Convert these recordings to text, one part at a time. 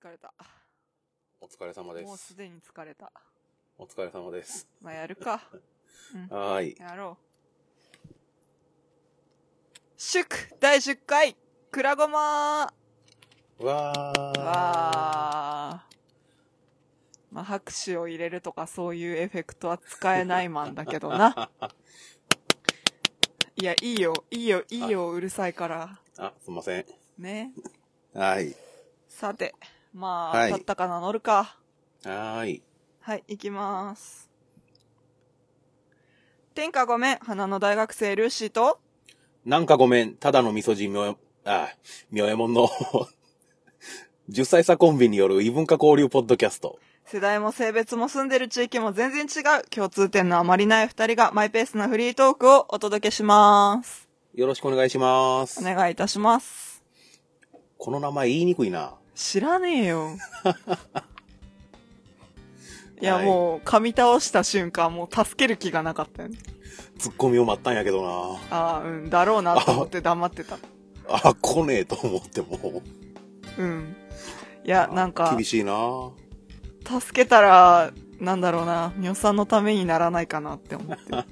疲れた。お疲れ様でもうすす。でに疲れた。お疲れ様です。まあ、やるか。はーい。やろう。祝第10回くらごまーわー。わー。まあ、拍手を入れるとかそういうエフェクトは使えないマンだけど な。いや、いいよ、いいよ、いいよ、うるさいから。あ、すいません。ね。はい。さて、まあ、はい立ったかな乗るか。はーい。はい、行きます。天下ごめん、花の大学生ルーシーと、なんかごめん、ただの味噌汁みょえ、あ、みょえもんの、10歳差コンビによる異文化交流ポッドキャスト。世代も性別も住んでる地域も全然違う共通点のあまりない二人がマイペースなフリートークをお届けします。よろしくお願いします。お願いいたします。この名前言いにくいな。知らねえよ。いや、はいもう、噛み倒した瞬間、もう助ける気がなかったよね。ツッコミを待ったんやけどな。ああ、うん、だろうなと思って黙ってた。あ、来ねえと思っても。うん。いや、なんか、厳しいな。助けたら、なんだろうな、みおさんのためにならないかなって思って る。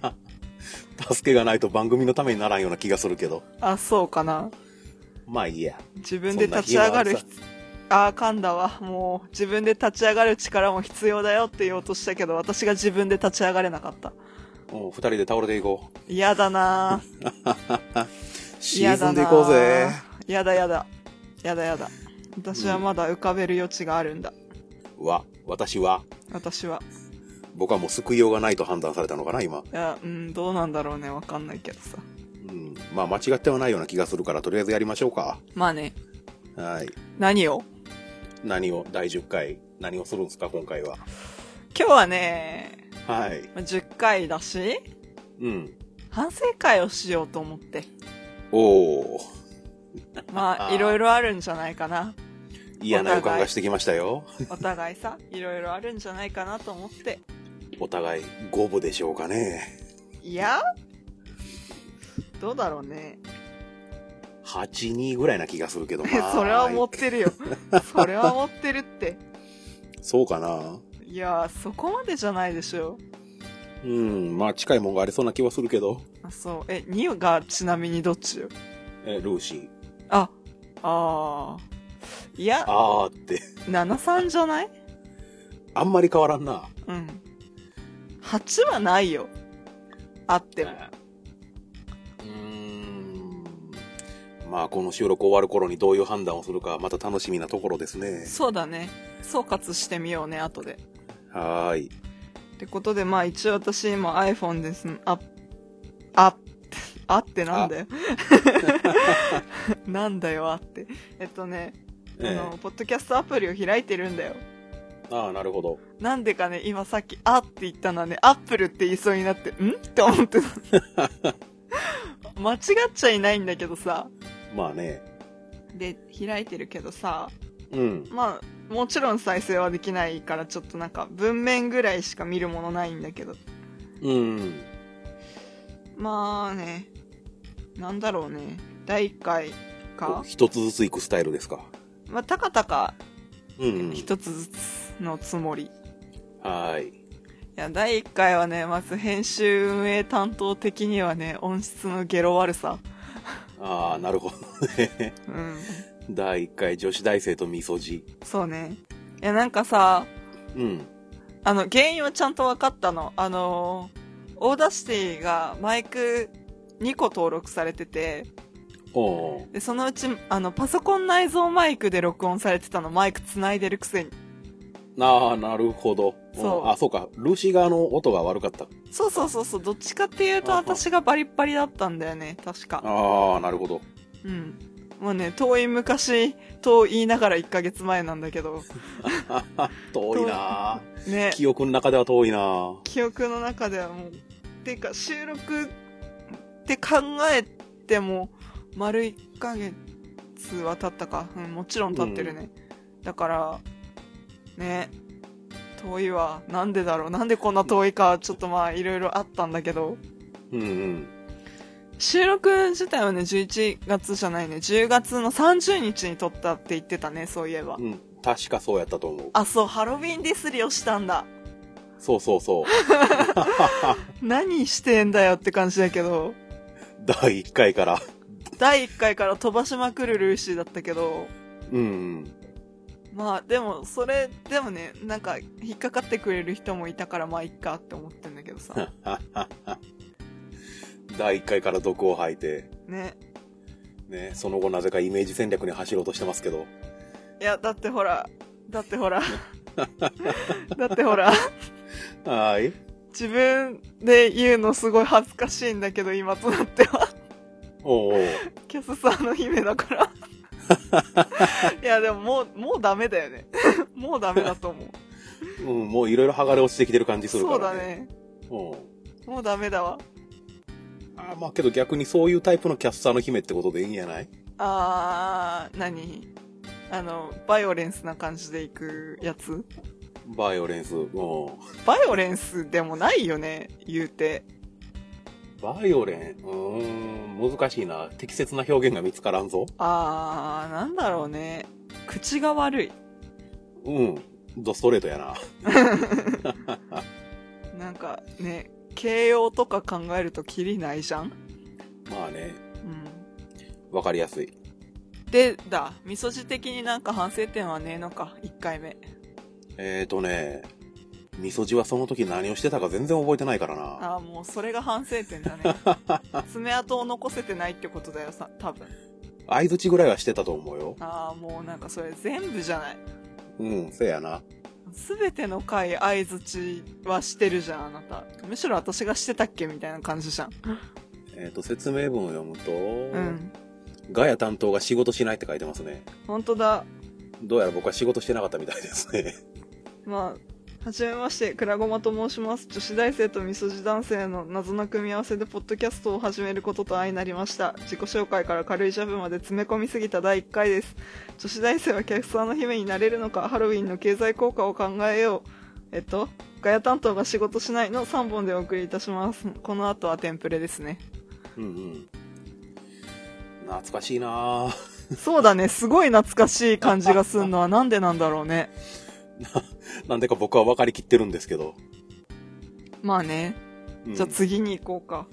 助けがないと番組のためにならんような気がするけど。あ、そうかな。まあいいや。自分で立ち上がるそん必あー、噛んだわ。もう、自分で立ち上がる力も必要だよって言おうとしたけど、私が自分で立ち上がれなかった。うん、二人で倒れていこう。嫌だ なシー嫌ズだンなでいこうぜ。嫌だ嫌だ。嫌だ嫌だ。私はまだ浮かべる余地があるんだ。は、私は、私は。僕はもう救いようがないと判断されたのかな、今。いや、うん、どうなんだろうね。わかんないけどさ。うん。まあ、間違ってはないような気がするから、とりあえずやりましょうか。まあね、はい。何を何を、第10回、何をするんですか、今回は。今日はね、はい。まあ10回だし、うん。反省会をしようと思って。おー。まああ、ーいろいろあるんじゃないかな。嫌な予感がしてきましたよ。お互いさ、いろいろあるんじゃないかなと思って。お互い、五分でしょうかね。いやどうだろうね。 8、2ぐらいな気がするけど、 そまあれは思ってるよ。それは思ってるって。そうかな。いやそこまでじゃないでしょ。うん。まあ、近いもんがありそうな気はするけど。あ、そう。え、2がちなみにどっちよ。え、ルーシー。あ、あー。いや、あーって。 73じゃないあんまり変わらんな。うん。8はないよ。あっても。うーんまあこの収録終わる頃にどういう判断をするかまた楽しみなところですねそうだね。総括してみようね、後で。はーいってことで、まあ一応私今 iPhone です。あ、あ、あってなんだよ。 なんだよ、あって。えっとね、あえの、ポッドキャストアプリを開いてるんだよ。えああなるほどなんでかね、今さっき、あって言ったのはね、アップルって言いそうになって、んって思って た。間違っちゃいないんだけどさ。まあねで、開いてるけどさ、うんまあ、もちろん再生はできないから、ちょっとなんか、文面ぐらいしか見るものないんだけど。うんまあね、なんだろうね、第1回こかう、一つずついくスタイルですかまあ、たかたかうん、うん、一つずつのつもり。いはーいや、第1回はね、まず編集運営担当的にはね、音質のゲロ悪さ。ああなるほど ねうん。第1回女子大生とみそじそうね。いや、なんかさ、うんあの、原因はちゃんと分かったの。あのー、オーダーシティがマイク2個登録されてて、おおで、そのうち、あの、パソコン内蔵マイクで録音されてたの、マイク繋いでるくせに。ああなるほどんそうあそうかルーシー側の音が悪かったそうそうそうそう、どっちかっていうとあは私がバリッバリだったんだよね、確か。ああなるほどうん。もうね、遠い昔と言いながら1ヶ月前なんだけど、遠いなね、記憶の中では遠いな記憶の中ではもう、てか収録って考えても、丸1ヶ月は経ったか。うん、もちろん経ってるね。だから、ね、遠いわ。なんでだろう。なんでこんな遠いか、ちょっとまあ、いろいろあったんだけど。うんうん収録自体はね、11月じゃないね、10月の30日に撮ったって言ってたね、そういえばう。ん、確かそうやったと思う。あ、そう、ハロウィンディスりをしたんだ。そうそうそう。 何してんだよって感じだけど、第1回から。第1回から飛ばしまくるルーシーだったけど、 うん。まあでも、それ、でもね、なんか、引っかかってくれる人もいたから、まあいっかって思ってんだけどさ。第1回から毒を吐いて、ね。ね、その後なぜかイメージ戦略に走ろうとしてますけど。いや、だってほら、だってほら、だってほら、はい。自分で言うのすごい恥ずかしいんだけど、今となっては。おうおう。キャスさんの姫だ から。いや、でももう、もうダメだよね。 もうダメだと思う。うん、もういろいろ剥がれ落ちてきてる感じする かそうらだね。ね。そうだね。もうダメだわ。うん。あーまあけど逆にそういうタイプのキャスターの姫ってことでいいんやないあー、何あの、バイオレンスな感じでいくやつバイオレンス。うん。バイオレンスでもないよね、言うて。バイオレン。うーん、難しいな。適切な表現が見つからんぞ。あー、なんだろうね。口が悪い。うん。ドストレートやな。なんかね、形容とか考えるとキリないじゃん、まあね、うん、わかりやすい。で、だ、味噌汁的になんか反省点はねえのか、1回目。えーとね、みそじはその時何をしてたか全然覚えてないからな。ああ、もうそれが反省点だね。爪痕を残せてないってことだよ、さ多分。相槌ぐらいはしてたと思うよ。ああ、もうなんかそれ全部じゃない。うん、せやな。すべての回相槌はしてるじゃん、あなた。むしろ私がしてたっけみたいな感じじゃん。えーと、説明文を読むと、うん。ガヤ担当が仕事しないって書いてますね。本当だ。どうやら僕は仕事してなかったみたいですね。 まあ、はじめまして、くらごまと申します。女子大生とみそじ男性の謎な組み合わせでポッドキャストを始めることと相なりました。自己紹介から軽いジャブまで詰め込みすぎた第1回です。女子大生はキャスターの姫になれるのか、ハロウィンの経済効果を考えよう。えっと、ガヤ担当が仕事しないの3本でお送りいたします。この後はテンプレですね。うんうん。懐かしいな ぁ。そうだね、すごい懐かしい感じがすんのはなんでなんだろうね。なんでか僕は分かりきってるんですけど。まあね、うんじゃあ次に行こうか。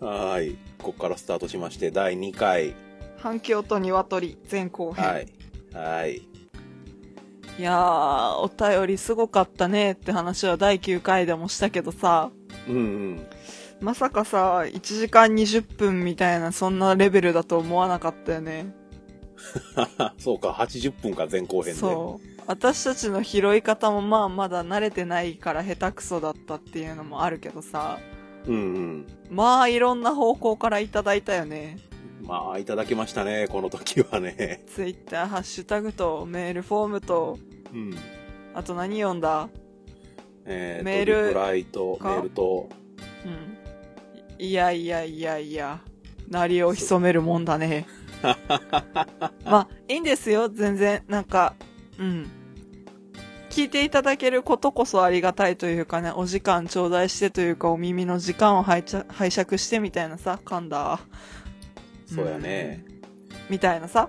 はーい。こっからスタートしまして、第2回。反響と鶏前後編。はい。はい。いやー、お便りすごかったねって話は第9回でもしたけどさ、うんうん。 まさかさ、1時間20分みたいなそんなレベルだと思わなかったよね。そうか、80分か、前後編で。そう。私たちの拾い方もまあまだ慣れてないから下手くそだったっていうのもあるけどさ、うんうん。まあいろんな方向からいただいたよね。まあ、いただきましたね、この時はね。ツイッター、ハッシュタグと、メールフォームと、うん。あと何読んだえー、メールリプライと、メかールと、うん。いやいやいやいや、鳴りを潜めるもんだ ね。まあ、いいんですよ、全然。なんか、うん。聞いていただけることこそありがたいというかね、お時間頂戴してというか、お耳の時間を拝借拝借してみたいなさ、噛んだ。そうやね。みたいなさ。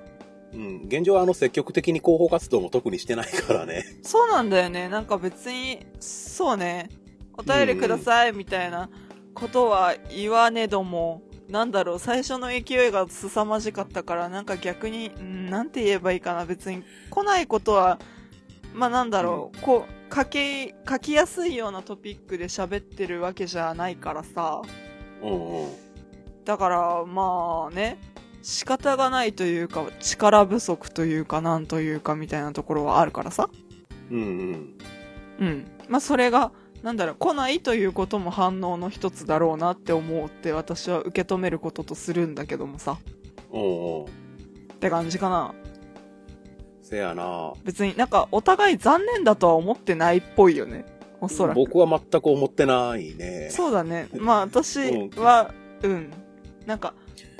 うん。現状は、あの、積極的に広報活動も特にしてないからね。そうなんだよね。なんか別に、そうね、お便りくださいみたいなことは言わねども、なんだろう、最初の勢いが凄まじかったから、なんか逆に、うんなんて言えばいいかな、別に来ないことは、まあなんだろう、こう、書き、書きやすいようなトピックで喋ってるわけじゃないからさ、うんうん。だから、まあね、仕方がないというか、力不足というか、なんというかみたいなところはあるからさ。うんうん。うん。まあ、それが、なんだろう、来ないということも反応の一つだろうなって思うって私は受け止めることとするんだけどもさ。うんうん。って感じかな。せやな。別になんかお互い残念だとは思ってないっぽいよね。おそらく。僕は全く思ってないね。そうだね。まあ私は、うん。なんか、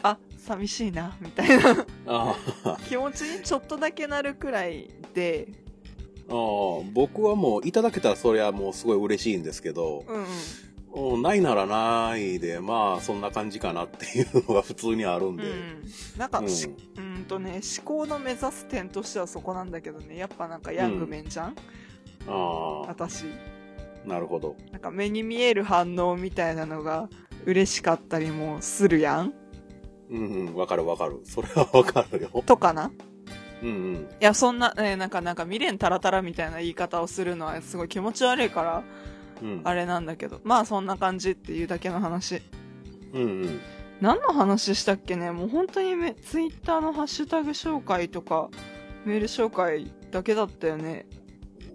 あ、寂しいな、みたいなああ。気持ちにちょっとだけなるくらいで、ああ僕はもういただけたらそりゃもうすごい嬉しいんですけど、うんうん。うんないならないでまあそんな感じかなっていうのが普通にあるんうで、ん、なんかし、うんんとね思考の目指す点としてはそこなんだけどねやっぱなんかヤングメンじゃん、あ私あ、なるほど。なんか目に見える反応みたいなのが嬉しかったりもするやんうんうん、わかるわかる。それはわかるよ。とかなうんうん。いやそんな、ね、なんかなんか未練たらたらみたいな言い方をするのはすごい気持ち悪いからうん。あれなんだけどまあそんな感じっていうだけの話うんうん。何の話したっけねもう本当にめツイッターのハッシュタグ紹介とかメール紹介だけだったよね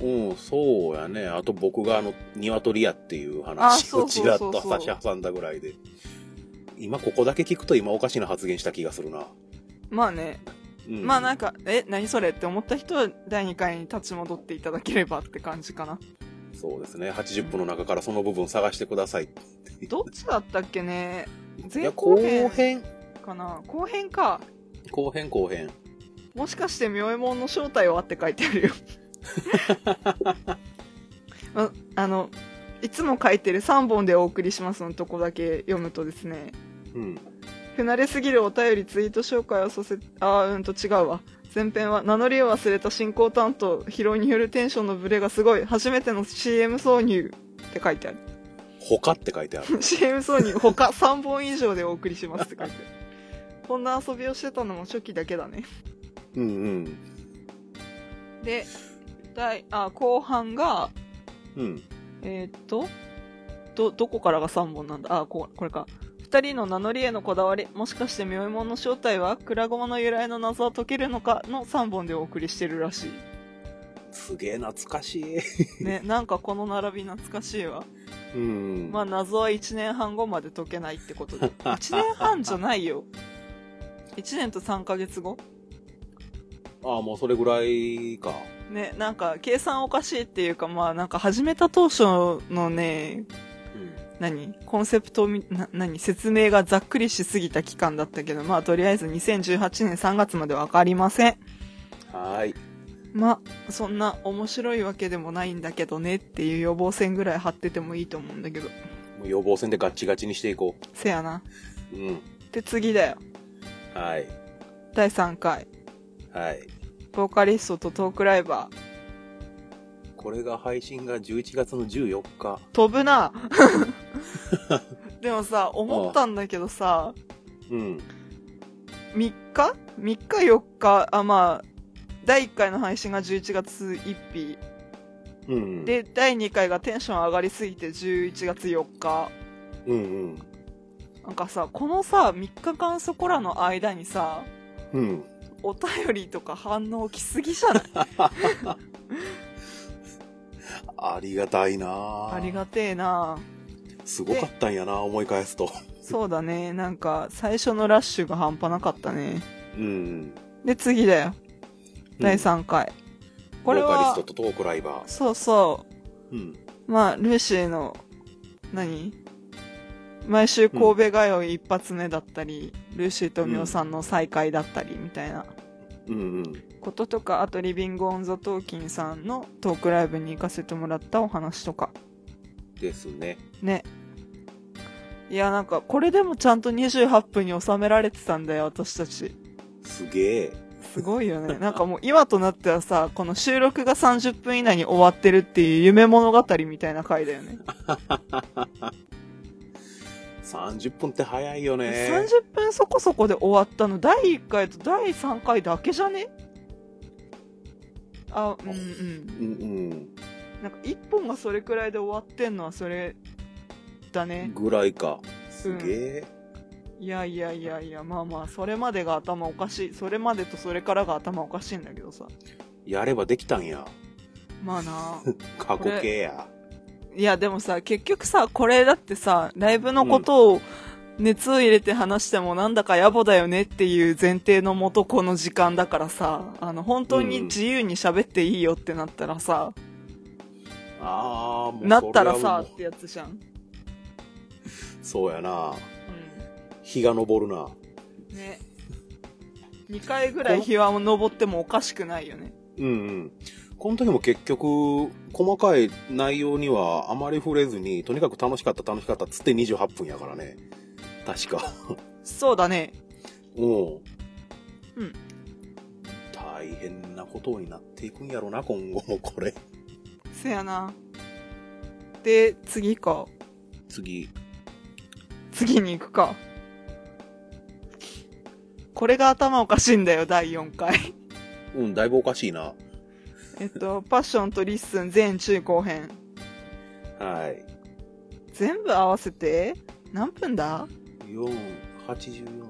うん、そうやね。あと僕があの、鶏屋っていうあ話そをうそちうそらうっそうと差し挟んだぐらいで。今ここだけ聞くと今おかしな発言した気がするな。まあね、うん、まあなんかえ何それって思った人は第2回に立ち戻っていただければって感じかなそうですね。80分の中からその部分探してください。どっちだったっけねい前や後後編編、かな後編か後編、後編。もしかして明右衛門の正体はって書いてあるよああのいつも書いてる3本でお送りしますのとこだけ読むとですねうん。不慣れすぎるお便りツイート紹介をさせあーうんと違うわ前編は名乗りを忘れた進行担当疲労によるテンションのブレがすごい初めての CM 挿入って書いてある 他って書いてある。 CM 挿入他3本以上でお送りしますって書いてあるこんな遊びをしてたのも初期だけだねうんうん。で第あ後半がうん。えーっとどどこからが3本なんだあここれか2人の名乗りへのこだわりもしかして明右衛門の正体はクラゴマの由来の謎は解けるのかの3本でお送りしてるらしすげえ懐かしい。いねなんかこの並び懐かしいわうん。まあ謎は1年半後まで解けないってことで1年半じゃないよ1年と3ヶ月後ああ、もうそれぐらいか。ねなんか計算おかしいっていうかまあなんか始めた当初のねうん。何コンセプトみな何説明がざっくりしすぎた期間だったけどまあとりあえず2018年3月までわかりませんはーい。まあそんな面白いわけでもないんだけどねっていう予防線ぐらい張っててもいいと思うんだけどもう予防線でガッチガチにしていこせやなう。うん。で次だよはい。第3回はい。ボーカリストとトークライバーこれが配信が11月の14日。飛ぶなでもさ思ったんだけどさうん。 3日 ?3 日4日あまあ第1回の配信が11月1日うん。、で第2回がテンション上がりすぎて11月4日うんうん。なんかさこのさ3日間そこらの間にさうん。お便りとか反応来すぎじゃないありがたいなあありがてえなすごかったんやな思い返すと。そうだねなんか最初のラッシュが半端なかったねうん。で次だよ第うん3回、これボーカリスはトとトークライバー。そうそうん。うまあルーシーの何毎週神戸通い一発目だったり、ルーシーとみおさんの再会だったりみたいなうんうん。こととかあとリビング・オン・ザ・トーキンさんのトークライブに行かせてもらったお話とかですね。ねいやなんかこれでもちゃんと28分に収められてたんだよ私たちすげえ。すごいよねなんかもう今となってはさこの収録が30分以内に終わってるっていう夢物語みたいな回だよね30分って早いよね。 30分そこそこで終わったの第1回と第3回だけじゃねあうんうんうんなんか1本がそれくらいで終わってんのはそれだうねん。ぐらいか。すげえ。いやいやいやいやまあまあそれまでが頭おかしいそれまでとそれからが頭おかしいんだけどさやればできたんや。まあな過去形や。いやでもさ結局さこれだってさライブのことを熱を入れて話してもなんだか野暮だよねっていう前提のもとこの時間だからさあの本当に自由に喋っていいよってなったらさ、ああ、もうなったらそれはさもってやつじゃん、うそうやなうん、日が昇るな。ね2回ぐらい日は登ってもおかしくないよねうんうん。この時も結局、細かい内容にはあまり触れずに、とにかく楽しかった楽しかったっつって28分やからね。確か。そうだねうん。大変なことになっていくんやろな、今後もこれ。せやな。で、次か。次。次に行くか。これが頭おかしいんだよ、第4回。 うん、だいぶおかしいな。えっと、パッションとリッスン全中後編。はい。全部合わせて、何分だ4、84。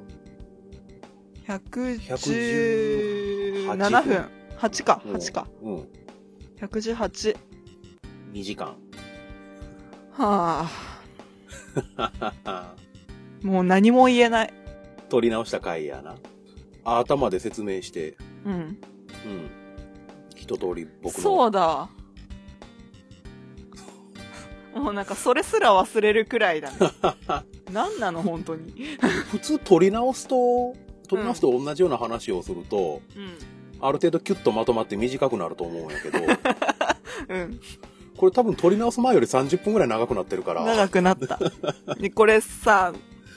?117 118分。8か、8か。うん。うん。 118。 2時間。はあ、もう何も言えない。取り直した回やな。頭で説明して、うん。うん。一通り僕の。そうだ。もうなんかそれすら忘れるくらい だね。何なの本当に。普通取り直すと、取り直すと同じような話をすると、うん。ある程度キュッとまとまって短くなると思うん やけど、うん。これ多分取り直す前より30分ぐらい長くなってるから。長くなった。で、これさ、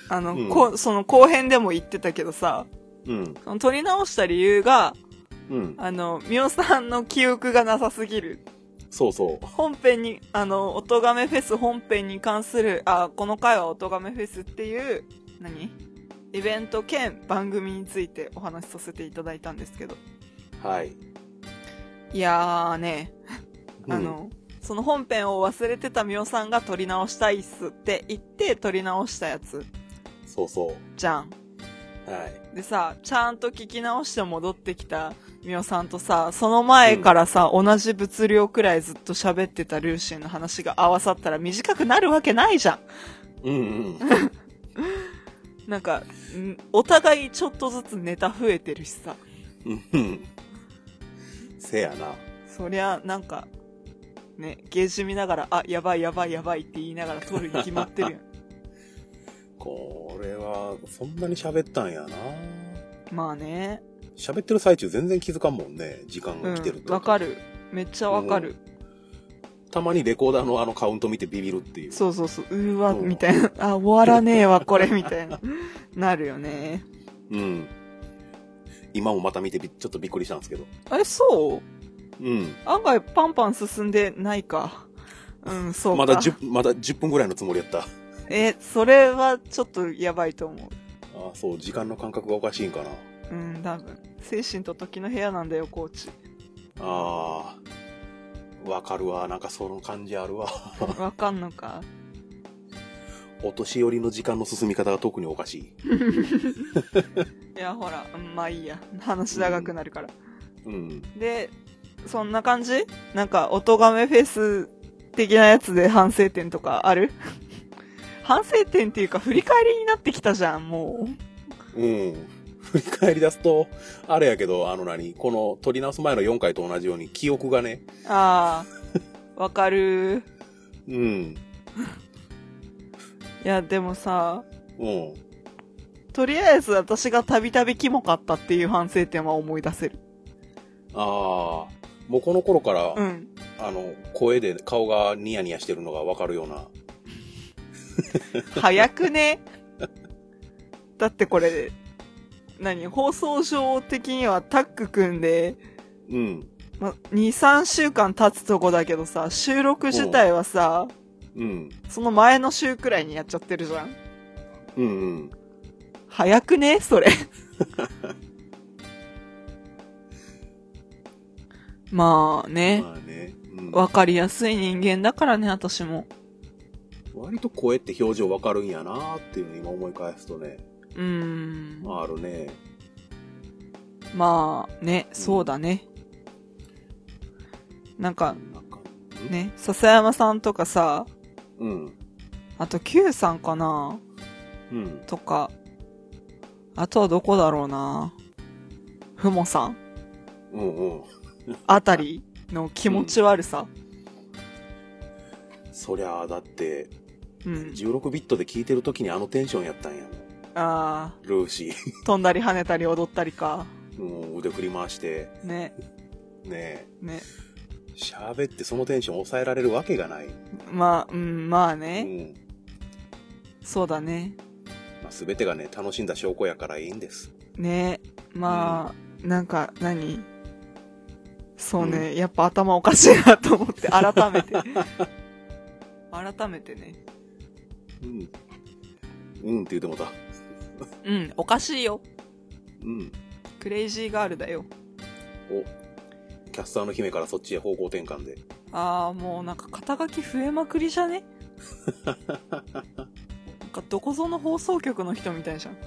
あの、うんこその後編でも言ってたけどさ、うん。その撮り直した理由が、うん。あの、みおさんの記憶がなさすぎる。そうそう。本編に、あの、おとがめフェス本編に関する、あ、この回はおとがめフェスっていう、何イベント兼番組についてお話しさせていただいたんですけど。はい。いやーね、うんあ、の、その本編を忘れてたみおさんが撮り直したいっすって言って撮り直したやつそうそじゃん。う。はい。でさ、ちゃんと聞き直して戻ってきたみおさんとさ、その前からさ、同じ物量くらいずっと喋ってたルーシーの話が合わさったら短くなるわけないじゃん。うんうん。なんか、んお互いちょっとずつネタ増えてるしさ。うんうん。せやな。そりゃ、なんか、ね、ゲージ見ながら、あ、やばいやばいやばいって言いながら撮るに決まってる よ。これは、そんなに喋ったんやな。まあね。喋ってる最中全然気づかんもんね。時間うが来てるん。と。わか。る。めっちゃわかる。たまにレコーダーのあのカウント見てビビるっていう。そうそうそう。うーわ、うんみたいな。あ、終わらねえわ、これ、みたいな。 なるよね。うん。今もまた見てびちょっとびっくりしたんですけど。あれ、そううん。案外パンパン進んでないか。うん、そうか。まだ10、まだ10分ぐらいのつもりやった。あえ、それはちょっとやばいと思う。ーそう、時間の感覚がおかしいんかな。うん、多分。精神と時の部屋なんだよ、コー チ。ああ。わかるわ。なんかその感じあるわ。 わかんのか。お年寄りの時間の進み方が特におかしい。いや、ほら、うんまあいいや。話長くなるから。うん。で、そんな感じなんか、おとがめフェス的なやつで反省点とか ある反省点っていうか、振り返りになってきたじゃん、もうん。 振り返り出すと、あれやけど、あの何、この取り直す前の4回と同じように記憶がね、う。ああ、わかる。うん、いや、でもさ、うん。とりあえず私がたびたびキモかったっていう反省点は思い出せる。ああ、もうこの頃から、うん。あの、声で顔がニヤニヤしてるのがわかるような、早く ね。だってこれ、何放送上的にはタッグ組んで、うん、ま、2、3週間経つとこだけどさ、収録自体はさ、うん、その前の週くらいにやっちゃってるじゃん。うん、うん。早くねそれ。 まあね、まあね、うん、わかりやすい人間だからね、私も。割と声って表情わかるんやなーっていうのを今思い返すとね、うーん。あるね。まあね、そうだね。なんかなんか、ね、笹山さんとかさ、うん、あと Q さんかなうん。とか、あとはどこだろうなふもさんうんうん。あたりの気持ち悪さ。そりゃあ、だって、うん。 16ビットで聞いてる時にあのテンションやったんやもん。あルーシ ー。あ、飛んだり跳ねたり踊ったりか。うん、腕振り回して、ね、ねね。え、喋ってそのテンション抑えられるわけがない。まあ、うん、まあうね。ん。そうだね。まあ、全てがね、楽しんだ証拠やからいいんです。ね。まあ、なんか、何そうね、やっぱ頭おかしいなと思 って、改めて。改めてね。うん。うんって言ってもうた。うん、おかしいよ。うん。クレイジーガールだよ。お。キャスターの姫からそっちへ方向転換で。あー、もうなんか肩書き増えまくりじゃ ねなんかどこぞの放送局の人みたいじゃん。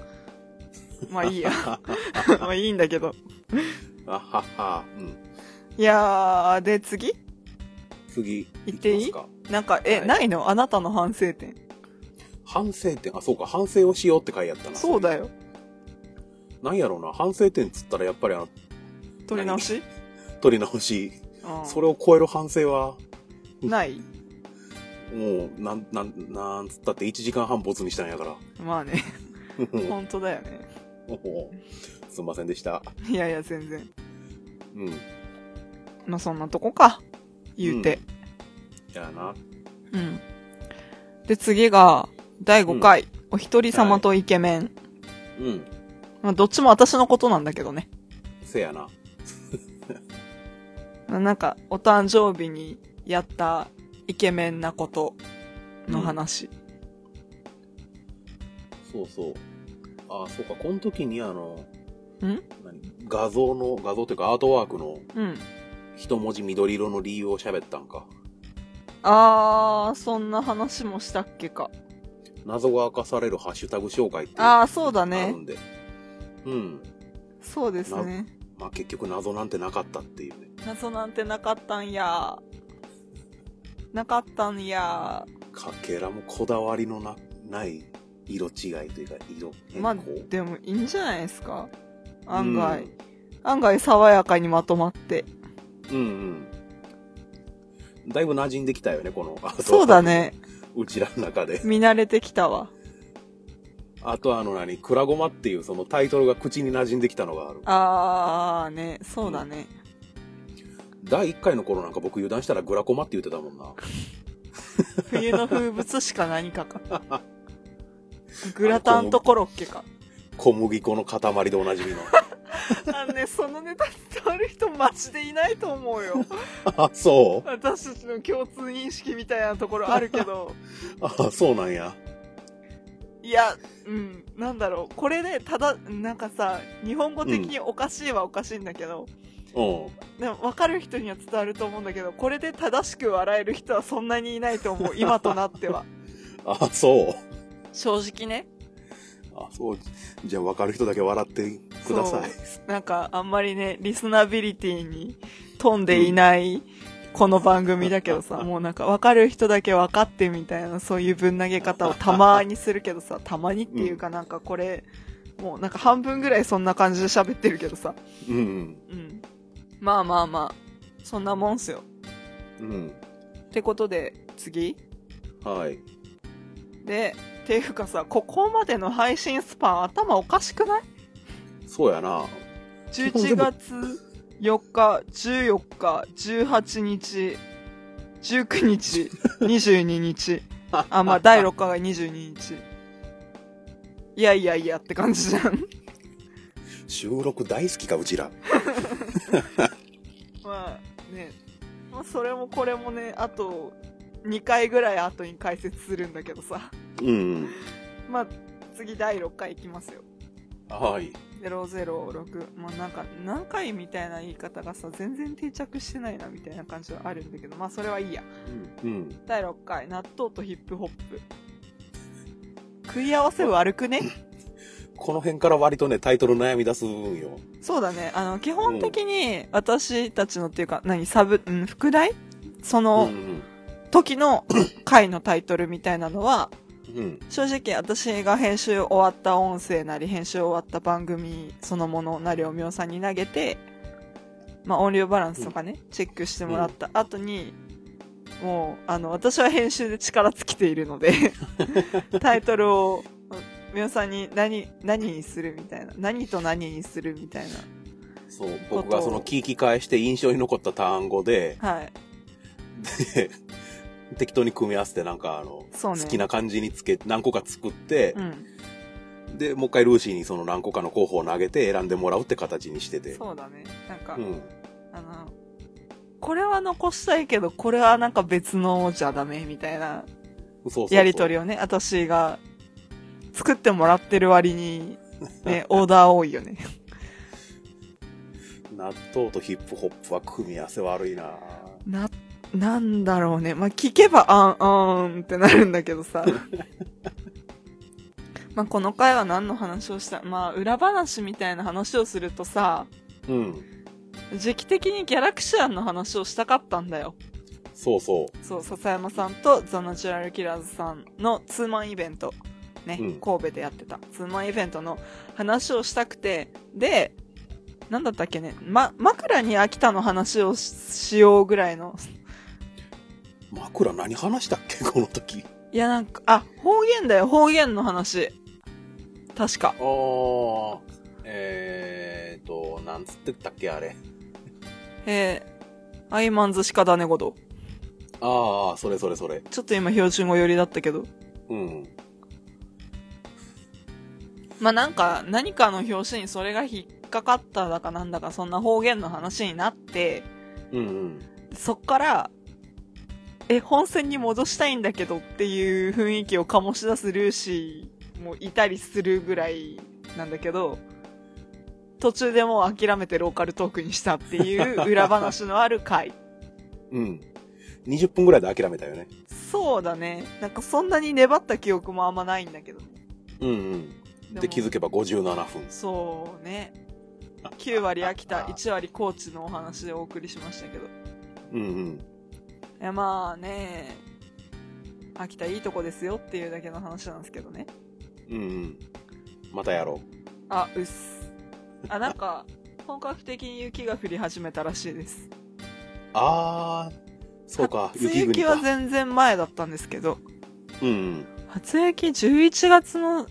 まあいいや。 まあいいんだけど。あはは。うん。いやー、で次次。行っていいきますかなんか、え、はいないのあなたの反省点。反省点。あ、そうか。反省をしようって回やったな。そうだ。よ。なんやろうな。反省点っつったらやっぱりあの、取り直し取り直し。うんそれを超える反省は、ないもう、なん、なん、なんつったって1時間半没にしたんやから。 まあね、 本当だよね。すんませんでした。いやいや、全然。うん。まあそんなとこか。言うて。やな。うん。で、次が、第5回、お一人様とイケメン。うん。まあどっちも私のことなんだけどね。せやな。まあなんか、お誕生日にやったイケメンなことの話。そうそう。あそうか。この時にあの、うん何画像の、画像というかアートワークのうん。一文字緑色の理由を喋ったんか。あー、そんな話もしたっけか。謎が明かされるハッシュタグ紹介っていうあー、そうだあねる。んで。うん。そうですね。まあ結局謎なんてなかったっていうね。謎なんてなかったんや。なかったんや。かけらもこだわりのな、ない色違いというか色変更。まあ、でもいいんじゃないですか案外、うん案外爽やかにまとまって。うんうん。だいぶ馴染んできたよね、この。あそうだ。ね。 うちらの中で。見慣れてきたわ。あとあの何、クラゴマっていうそのタイトルが口に馴染んできたのがある。あーね、そうだね。第1回の頃なんか僕油断したらグラコマって言ってたもんな。冬の風物詩か何かか。グラタンとコロッケか。小麦粉の塊でおなじみ の。あのね、そのネタ伝わる人マジでいないと思うよ。あ、そ私たちの共通認識みたいなところあるけど。うあ、そうなんや。 いや、うん、なんだろう、これで、ただ、なんかさ、日本語的におかしいはおかしいんだけど、うん。でも分かる人には伝わると思うんだけど、これで正しく笑える人はそんなにいないと思う、今とな っては。あ、そう。正直ね、あ、そう。じゃあ分かる人だけ笑ってください。なんかあんまりね、リスナビリティに富んでいない、この番組だけどさ、もうなんか分かる人だけ分かってみたいな、そういうぶん投げ方をたまにするけどさ、たまにっていうかなんかこれ、もうなんか半分ぐらいそんな感じで喋ってるけどさ、うんうん。まあまあまあ、そんなもんすよ。うん。ってことで、次うん。はい。で、っていうかさ、ここまでの配信スパン頭おかしくないそうやな。 ?11 月4日、14日、18日、19日、22日。 あ、まあ、第6日が22日。いやいやいやって感じじゃん。収録大好きか、うちら。 まあね、まあ、それもこれもね、あと2回ぐらい後に解説するんだけどさ。うんうん。まあ、次第6回いきますよ。はい。 006。まあ、なんか、何回みたいな言い方がさ、全然定着してないな、みたいな感じはあるんだけど、まあ、それはいいや。うん。第6回、納豆とヒップホップ。食い合わせ悪くねこの辺から割とね、タイトル悩み出すんよ。そうだね。あの、基本的に、私たちのっていうか、何、サブ、うん、副題そのん時の回のタイトルみたいなのは、うん。うん。正直私が編集終わった音声なり編集終わった番組そのものなりをみおさんに投げて、まあ、音量バランスとかね、チェックしてもらった後に、もうあの私は編集で力尽きている のでタイトルをみおさんに何何にするみたいな何と何にするみたいそう、僕がその聞き返して印象に残った単語で、なはいで適当に組み合わせてなんかあの、そうね好きな感じにつけ、何個か作ってう、んで、もう一回ルーシーにその何個かの候補を投げて選んでもらうって形にしてて。そうだねなんか、うん。あのこれは残したいけど、これはなんか別のじゃダメみたいなそうそうそうやりとりをね、私が作ってもらってる割 に、ね、オーダー多いよね。納豆とヒップホップは組み合わせ悪いなな、なんだろうね。まあ、聞けば、あん、あんってなるんだけど さ。まあ、この回は何の話をしたまあ、裏話みたいな話をするとさ、うん。時期的にギャラクシアンの話をしたかったんだよ。そうそそう、笹山さんとザ・ナチュラル・キラーズさんのツーマンイベント。ね、うん神戸でやってた。ツーマンイベントの話をしたくて、で、なんだったっけね、ま、枕に秋田の話をししようぐらいのう。枕何話したっけ この時。いや、なんか、あ、方言だよ、方言の話。確か。ああ。えーと、なんつってたっけあれ。えー、アイマンズ鹿だねごと。ああ、それそれそれ。ちょっと今、標準語寄りだったけど。うん。まあ、なんか、何かの表紙にそれが引っかかっただかなんだか、そんな方言の話になって、うんうん。そっから、え、本線に戻したいんだけどっていう雰囲気を醸し出すルーシーもいたりするぐらいなんだけど、途中でもう諦めてローカルトークにしたっていう 裏話のある回。うん。20分ぐらいで諦めたよね。そうだね。なんかそんなに粘った記憶もあんまないんだけどね。うんうん。もで、気づけば57分。そうね。9割秋田、1割高知のお話でお送りしましたけど。いうんうん。や、まあね、秋田いいとこですよっていうだけの話なんですけどね。うんうん。またやろあ、うっす。あ、なんか、本格的に雪が降り始めたらしいです。う。ああ、そうか。初雪雪国はか。全然前だったんですけど、うんうん。初雪11月の、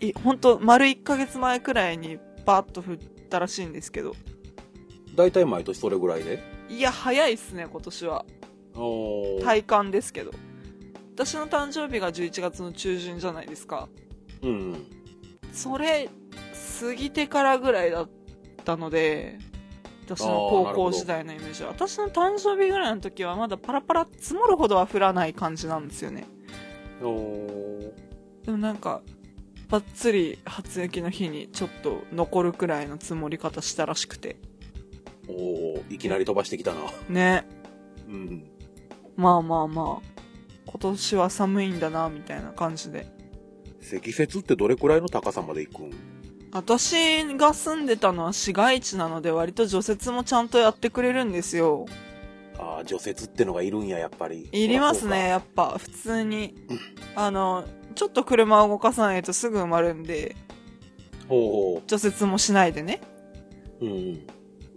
い、い、ほんと、丸1ヶ月前くらいにバーッと降ったらしいんですけど、大体毎年それぐらいで。いや、早いっすね、今年は。おー。体感ですけど。私の誕生日が11月の中旬じゃないですか。うんうん。それ、過ぎてからぐらいだったので、私のあーな高るほ校ど時代のイメージは。私の誕生日ぐらいの時はまだパラパラ積もるほどは降らない感じなんですよね。おー。でもなんか、ばっつり初雪の日にちょっと残るくらいの積もり方したらしくて。おーいきなり飛ばしてきたな。ね。うん。まあまあまあ。今年は寒いんだな、みたいな感じで。積雪ってどれくらいの高さまで行くん私が住んでたのは市街地なので割と除雪もちゃんとやってくれるんですよ。ああ、除雪ってのがいるんや、やっぱり。いりますね、やっぱ普通に。あの、ちょっと車を動かさないとすぐ埋まるんで、そらそうか。おうおう。除雪もしないでね。うん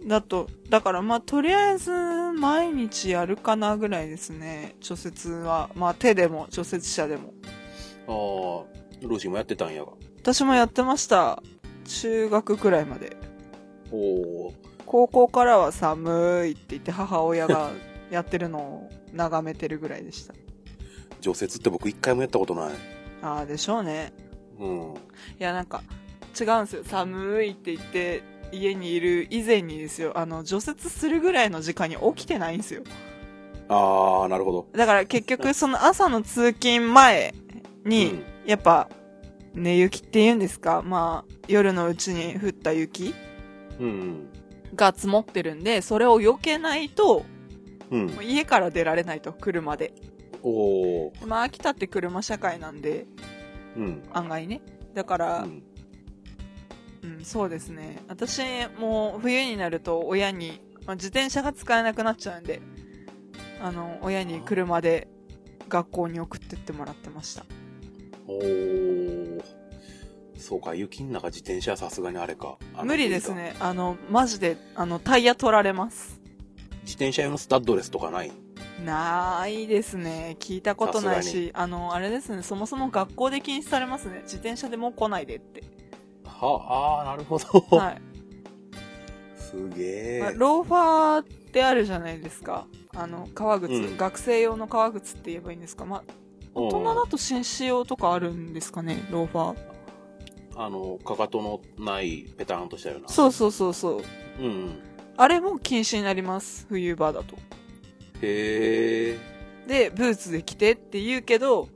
うん。だと、だからまあとりあえず毎日やるかなぐらいですね、除雪は。まあ手でも除雪車でも。ああ、ロシーもやってたんやが。私もやってました。中学くらいまで。おお。高校からは寒いって言って母親がやってるのを眺めてるぐらいでした。除雪って僕一回もやったことない。ああでしょうねうん。いやなんか違うんですよ寒いって言って家にいる以前にですよあの除雪するぐらいの時間に起きてないんですよああ、なるほど。だから結局その朝の通勤前うにんやっぱ寝雪って言うんですかまあ夜のうちに降った雪うんが積もってるんでそれを避けないとうん。うんもう。家から出られないと車でおお。まあ秋田って車社会なんでうん。案外ねだから、うんうん、そうですね。私も冬になると親に、まあ、自転車が使えなくなっちゃうんで、あの、親に車で学校に送ってってもらってました。おお。そうか、雪の中自転車はさすがにあれか。あの無理です。ね。あの、マジで、あの、タイヤ取られます。自転車用のスタッドレスとかないないですね。聞いたことないさすがし、あの、あれですね。そもそも学校で禁止されますね。自転車でもう来ないでって。は、ああ、なるほど。はい。すげまあえ。ローファーってあるじゃないですか。あの、革靴、うん学生用の革靴って言えばいいんですか。まあ、大人だと紳士用とかあるんですかね、ローファー。あの、かかとのないペターンとしたような。そうそうそうそう。うんうん。あれも禁止になります。冬場だと。へえ。で、ブーツで着てって言うけど、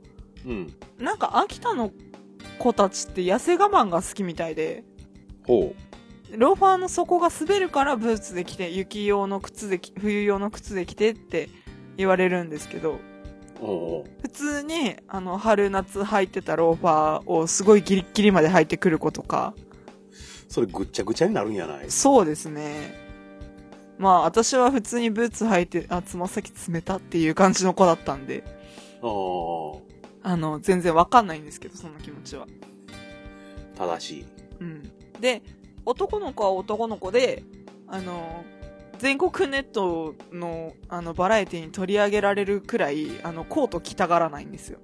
うん。なんか秋田の子たちって痩せ我慢が好きみたいで、ほローファーの底が滑るからブーツで着て、雪用の靴で着、冬用の靴で着てって言われるんですけど、う。おうおう普通に、あの、春夏履いてたローファーをすごいギリッギリまで履いてくる子とか、それぐっちゃぐちゃになるんやないそうですね。まあ、私は普通にブーツ履いて、あ、つま先冷たっていう感じの子だったんで、ああ。あの、全然わかんないんですけど、その気持ちは。正しい。うん。で、男の子は男の子で、あの、全国ネットの、あの、バラエティに取り上げられるくらい、あの、コート着たがらないんですよ。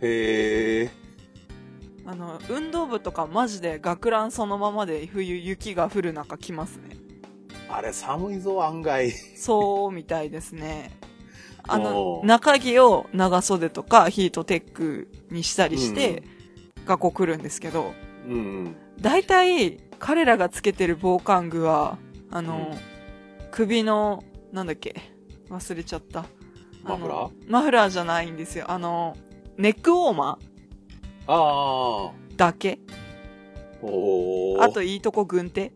へえ。あの、運動部とかマジで学ランそのままで冬雪が降る中着ますね。あれ寒いぞ、案外。そうみたいですね。あのお、ー中着を長袖とかヒートテックにしたりして、学校来るんですけど、うん。大体彼らがつけてる防寒具は、あの、首の、なんだっけ、忘れちゃった。あのマフラーマフラーじゃないんですよ。あの、ネックウォーマああ。ーだけ。おお。あと、いいとこ軍手。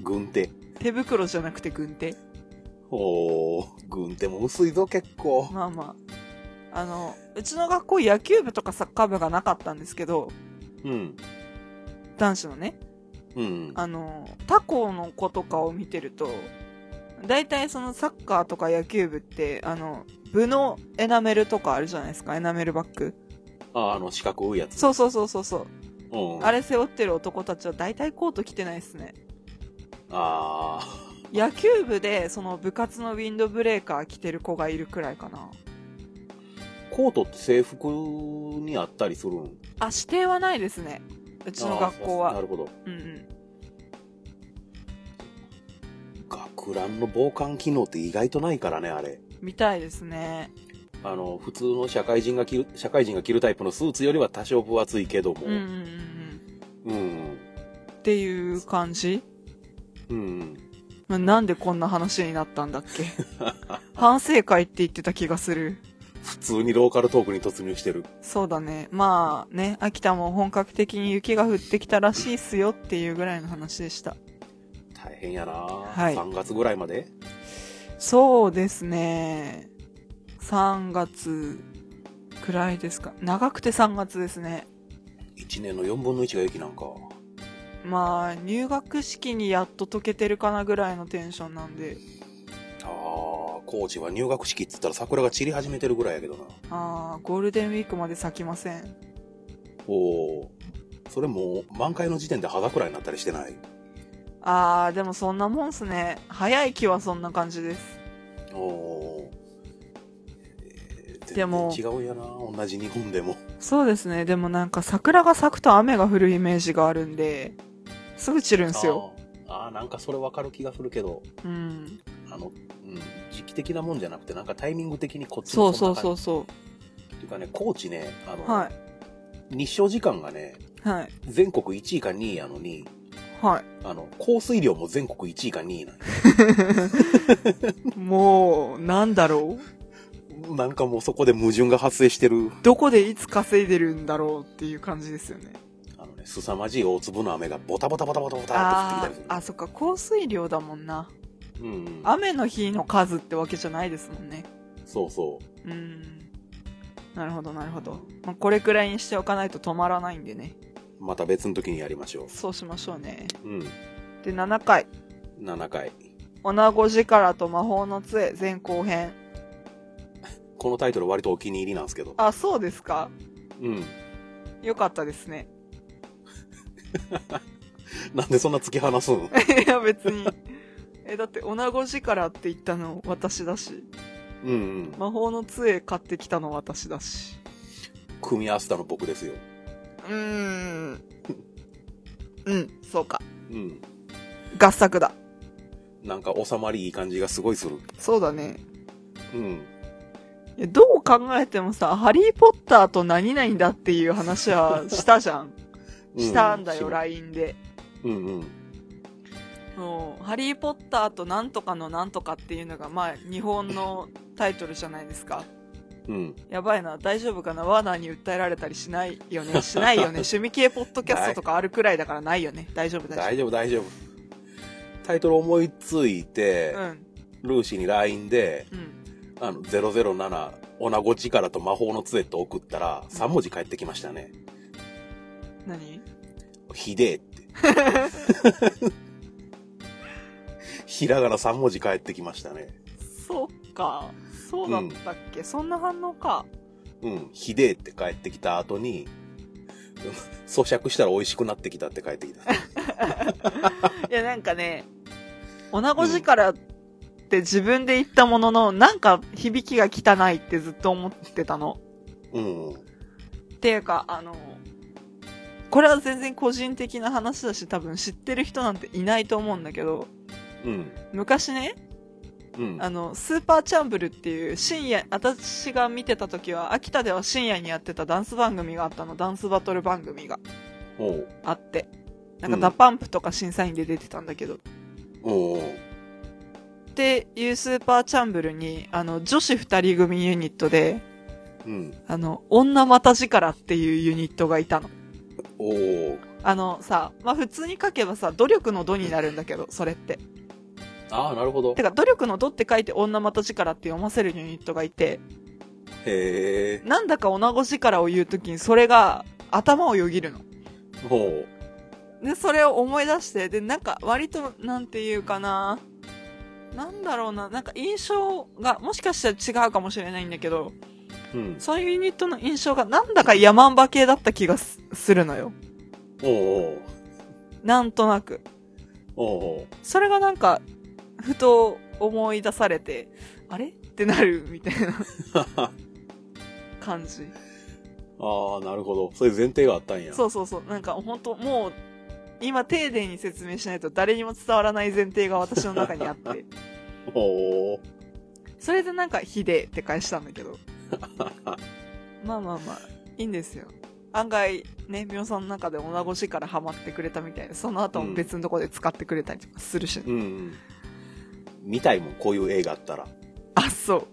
軍手。手袋じゃなくて軍手。おお。軍手も薄いぞ、結構。まあまあ。あの、うちの学校野球部とかサッカー部がなかったんですけど、うん。男子のね、うん。あの、他校の子とかを見てると、大体そのサッカーとか野球部って、あの、部のエナメルとかあるじゃないですか、エナメルバッグ。ああの、四角いやつ。そうそうそうそうそう。うん。あれ背負ってる男たちは大体コート着てないですね。あ野球部でその部活のウィンドブレーカー着てる子がいるくらいかな。ーコートって制服にあったりするんうあ、指定はないですね。うちの学校なは。るほど。うんうん。学ランの防寒機能って意外とないからね、あれ。みたいですね。あの、普通の社会人が着る、社会人が着るタイプのスーツよりは多少分厚いけども。うんうんうんうん。うん。っていう感じうん。まあなんでこんな話になったんだっけ反省会って言ってた気がする。普通にローカルトークに突入してる。そうだね。まあね、秋田も本格的に雪が降ってきたらしいっすよっていうぐらいの話でした。大変やな、はい3月ぐらいまでそうですね。3月くらいですか。長くて3月ですね。 ?1 年の4分の1が雪なんか。まあ、入学式にやっと解けてるかなぐらいのテンションなんで。ああ、高知は入学式って言ったら桜が散り始めてるぐらいやけどな。ああ、ゴールデンウィークまで咲きません。おお。それもう満開の時点で葉桜になったりしてないああ、でもそんなもんっすね。早い気はそんな感じです。おおー。でも全然違うんやな同じ日本でも。そうですね。でもなんか桜が咲くと雨が降るイメージがあるんで、すぐ散るんすよ。あーあー、なんかそれわかる気がするけど、うん。あの、うん、時期的なもんじゃなくて、なんかタイミング的にこっちそうもそうそそうそ感じ。っていうかね、高知ね、あの、う。は日照時間がね、い。はい。全国1位か2位やのに、はい。あの、降水量も全国1位か2位なんよもう、なんだろうなんかもうそこで矛盾が発生してる。どこでいつ稼いでるんだろうっていう感じですよね。あのね、凄まじい大粒の雨がボタボタボタボタボタって降っあてきあ、たあ、りそっか、降水量だもんな。する。うんうん。雨の日の数ってわけじゃないですもんね。そうそうーん。なるほど、なるほど。まあ、これくらいにしておかないと止まらないんでね。う。また別の時にやりましょそうしましょうね。う。うん。で、7回。 7回。女子力と魔法の杖前後編。このタイトル割とお気に入りなんですけど。あ、そうですかうん。よかったですね。 なんでそんな突き 放すんいや、別に。え、だって、女子力って言ったの私だし、うんうん。魔法の杖買ってきたの私だし。組み合わせたの僕ですよ。うーん。うん、そうか。うん。合作だ。なんか収まりいい感じがすごいする。そうだね。うん。いやどう考えてもさ、ハリー・ポッターと何々だっていう話はしたじゃん。したんだよ、イ LINE で。うんうん。そうハリー・ポッターとなんとかのなんとかっていうのが、まあ、日本のタイトルじゃないですか。うん。やばいな、大丈夫かな、ワーナーに訴えられたりしないよね、し ないよね、趣味系ポッドキャストとかあるくらいだからないよね、大丈夫、大大丈丈夫、大丈夫。タイトル思いついて夫。う、ん、ルーシーに LINE で、うん。あの、007、オナゴ力と魔法の杖と送ったら、3文字返ってきましたね。何ひでえ って。ひらがな3文字返ってきましたね。そっか、そうだったっけ、そんな反応か。うん、ひでえって帰ってきた後に、 うん咀嚼したら美味しくなってきたって帰って きた。いや、なんかね、女子力って自分で言ったものの、なんか響きが汚いってずっと思ってたの。うん。っていうか、あの、これは全然個人的な話だし、多分知ってる人なんていないと思うんだけど、うん。昔ね、うん。あの、スーパーチャンブルっていう深夜、私が見てた時は、秋田では深夜にやってたダンス番組があったの、ダンスバトル番組がおうあって。なんうかんダパンプとか審査員で出てたんだけど。おうおうっていうスーパーチャンブルに、あの、女子二人組ユニットで、うん。あの、女股力っていうユニットがいたの。おうあのさ、まあ、普通に書けばさ、努力の度になるんだけど、それって。ああ、なるほどて。か、努力の度って書いて女股力って読ませるユニットがいて、へえ。なんだか女子力を言うときにそれが頭をよぎるの。おうで、それを思い出して、で、なんか割と、なんていうかな、なんだろうな、なんか印象が、もしかしたら違うかもしれないんだけど、うん。そういうユニットの印象がなんだか山んば系だった気がすするのよ。おうおうなんとなく。おうおうそれがなんか、ふと思い出されて、あれってなるみたいな感じ。ああ、なるほど。そういう前提があったんや。そうそうそう。なんか本当もう、今丁寧に説明しないと誰にも伝わらない前提が私の中にあって。おうおうそれでなんか、ひでえって返したんだけど。まあまあまあ、いいんですよ。案外、ね、みおさんの中で女腰からハマってくれたみたいで、その後も別のとこで使ってくれたりとかするしね、うんうん。見たいもん、こういう映画あったら。あ、そう。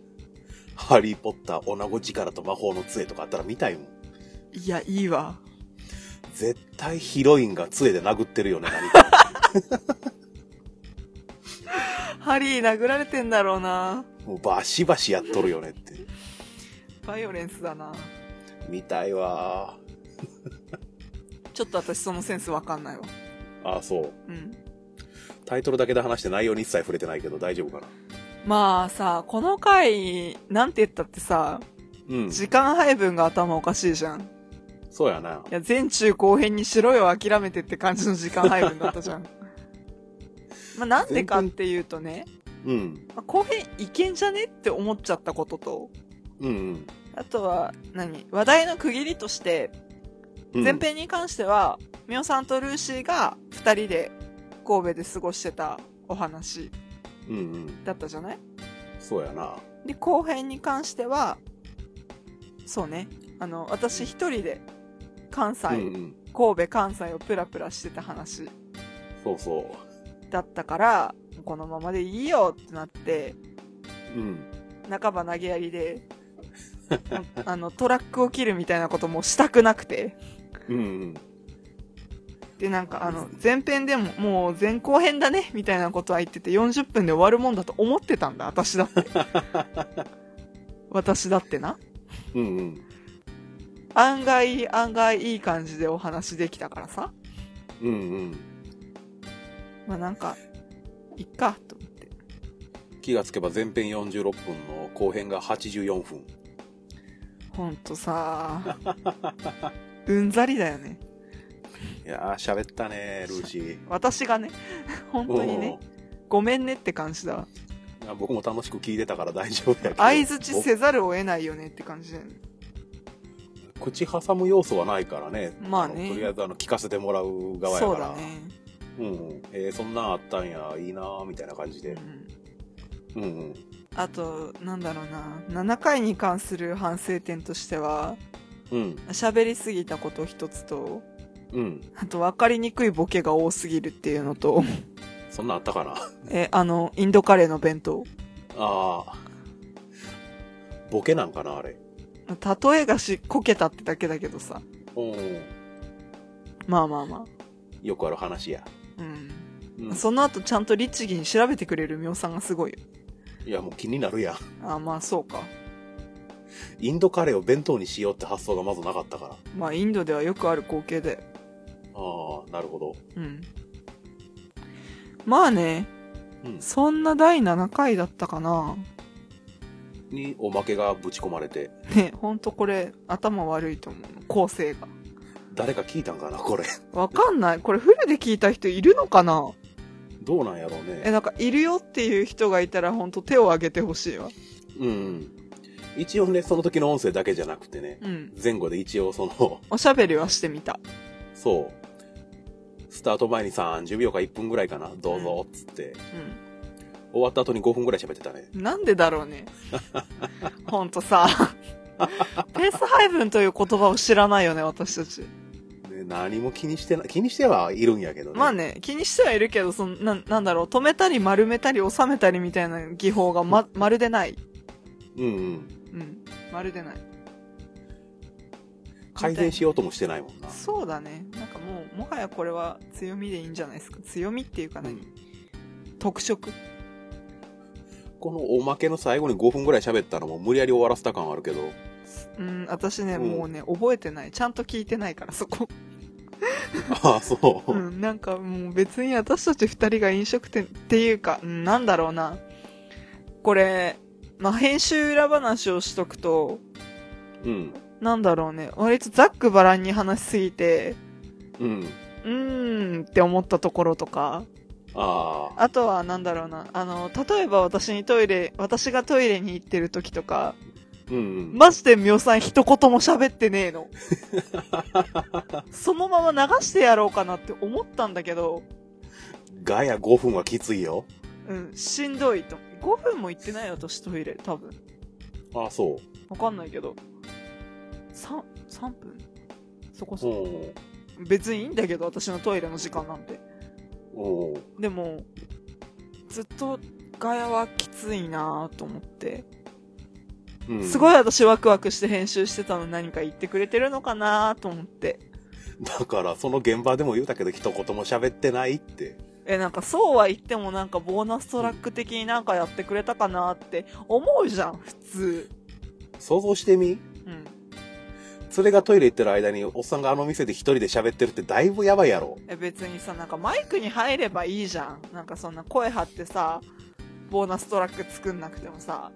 ハリー・ポッター、女子力と魔法の杖とかあったら見たいもん。いや、いいわ。絶対ヒロインが杖で殴ってるよね、何か。ハリー殴られてんだろうな。もうバシバシやっとるよねって。バイオレンスだな。見たいわちょっと私そのセンスわかんないわ。ああ、そう。うん。タイトルだけで話して内容に一切触れてないけど大丈夫かな。まあさ、この回、なんて言ったってさ、うん。時間配分が頭おかしいじゃん。そうやな。いや、前中後編にしろよ、諦めてって感じの時間配分だった じゃん。まあ、なんでかっていうとね、うん。まあ後編いけんじゃねって思っちゃったことと、うんうん。あとは何、話題の区切りとして、うん前。編に関しては、みおさんとルーシーが二人で神戸で過ごしてたお話うんうん。だったじゃないそうやな。で、後編に関しては、そうね、あの、私一人で関西、うんうん。神戸関西をプラプラしてた話そうそだったから、このままでいいよってなって、う。うん。半ば投げやりで、あの、トラックを切るみたいなこともしたくなくて。うんうん。で、なんかあの、前編でももう前後編だね、みたいなことは言ってて、40分で終わるもんだと思ってたんだ、私だって。私だってな。うんうん。案外、案外いい感じでお話できたからさ。うんうん。まあなんか、いっか、と思って。気がつけば前編46分の後編が84分。ほんと さ、うんざりだよね。いやー、喋ったねルーシー。私がね、本当にね、ごめんねって感じだわ。うんいや僕も楽しく聞いてたから大丈夫やけど。相づちせざるを得ないよねって感じだよね。僕口挟む要素はないからね。まあねのとりあえずあの聞かせてもらう側やから。そうだね。うん、えーそんなんあったんや、いいなーみたいな感じうで。んうんうん。あと、なんだろうな、7回に関する反省点としては、うん、喋りすぎたこと一つと、うん。 あと分かりにくいボケが多すぎるっていうのと、そんなんあったかな え、あの、インドカレーの弁当。ああ。ボケなんかな、あれ。例えがし、こけたってだけだけどさ。うん。まあまあまよくある話や。あ。うん。うん。その後ちゃんと律儀に調べてくれる妙さんがすごいよ。いや、もう気になるやん。 あ、まあそうか。インドカレーを弁当にしようって発想がまずなかったから。あまあインドではよくある光景だよ。あ、なるほど。うん。まあね、うん。そんな第7回だったかな。におまけがぶち込まれて、ね、ほんとこれ、頭悪いと思うの。構成が。誰か聞いたんかな、これ。わかんない。これフルで聞いた人いるのかなどうなんやろうえ、ね。なんか、いるよっていう人がいたら、ほんと手を挙げてほしいわ。うん。一応ね、その時の音声だけじゃなくてね、うん。前後で一応その、 おしゃべりはしてみた。そう。スタート前に30秒か1分ぐらいかな、どうぞ、っつって。終わった後に5分ぐらい喋ってたね。うん。なんでだろうね。 ほんとさ。ペース配分という言葉を知らないよね、私たち。ね何も気にしてな、気にしてはいるんやけどね。まあね、気にしてはいるけど、その、なん、なんだろう、止めたり丸めたり収めたりみたいな技法がま、まるでない。うんうん。うん。まるでない。改善しようともしてないもんな。そうだね。なんかもう、もはやこれは強みでいいんじゃないですか。強みっていうかう何、ん特色。このおまけの最後に5分ぐらい喋ったのも無理やり終わらせた感あるけど、 うん、私ね、うんもうね、覚えてない。ちゃんと聞いてないから、そこ。ああ、そう。うん、なんかもう別に私たち二人が飲食店っていうか、うん、なんだろうな。これ、まあ、編集裏話をしとくと、うん。なんだろうね、割とざっくばらんに話しすぎて、うん。うーんって思ったところとか、ああ。あとはなんだろうな、あの、例えば私にトイレ、私がトイレに行ってる時とか、うんうん。マジでみおさん一言も喋ってねえの。そのまま流してやろうかなって思ったんだけど、ガヤ5分はきついよ。うん、しんどいと。5分も行ってないよ、私トイレ、多分。ああ、そう。わかんないけど。3、3分そこそこ。お別にいいんだけど、私のトイレの時間なんて。おおーでも、ずっとガヤはきついなぁと思って。うん、すごいい私ワクワクして編集してたのに何か言ってくれてるのかなぁと思って。だからその現場でも言うたけど一言も喋ってないってえ、なんかそうは言ってもなんかボーナストラック的になんかやってくれたかなって思うじゃん、普通。想像してみうん。それがトイレ行ってる間におっさんがあの店で一人で喋ってるってだいぶやばいやろえ、別にさ、なんかマイクに入ればいいじゃん。なんかそんな声張ってさ、ボーナストラック作んなくてもさ、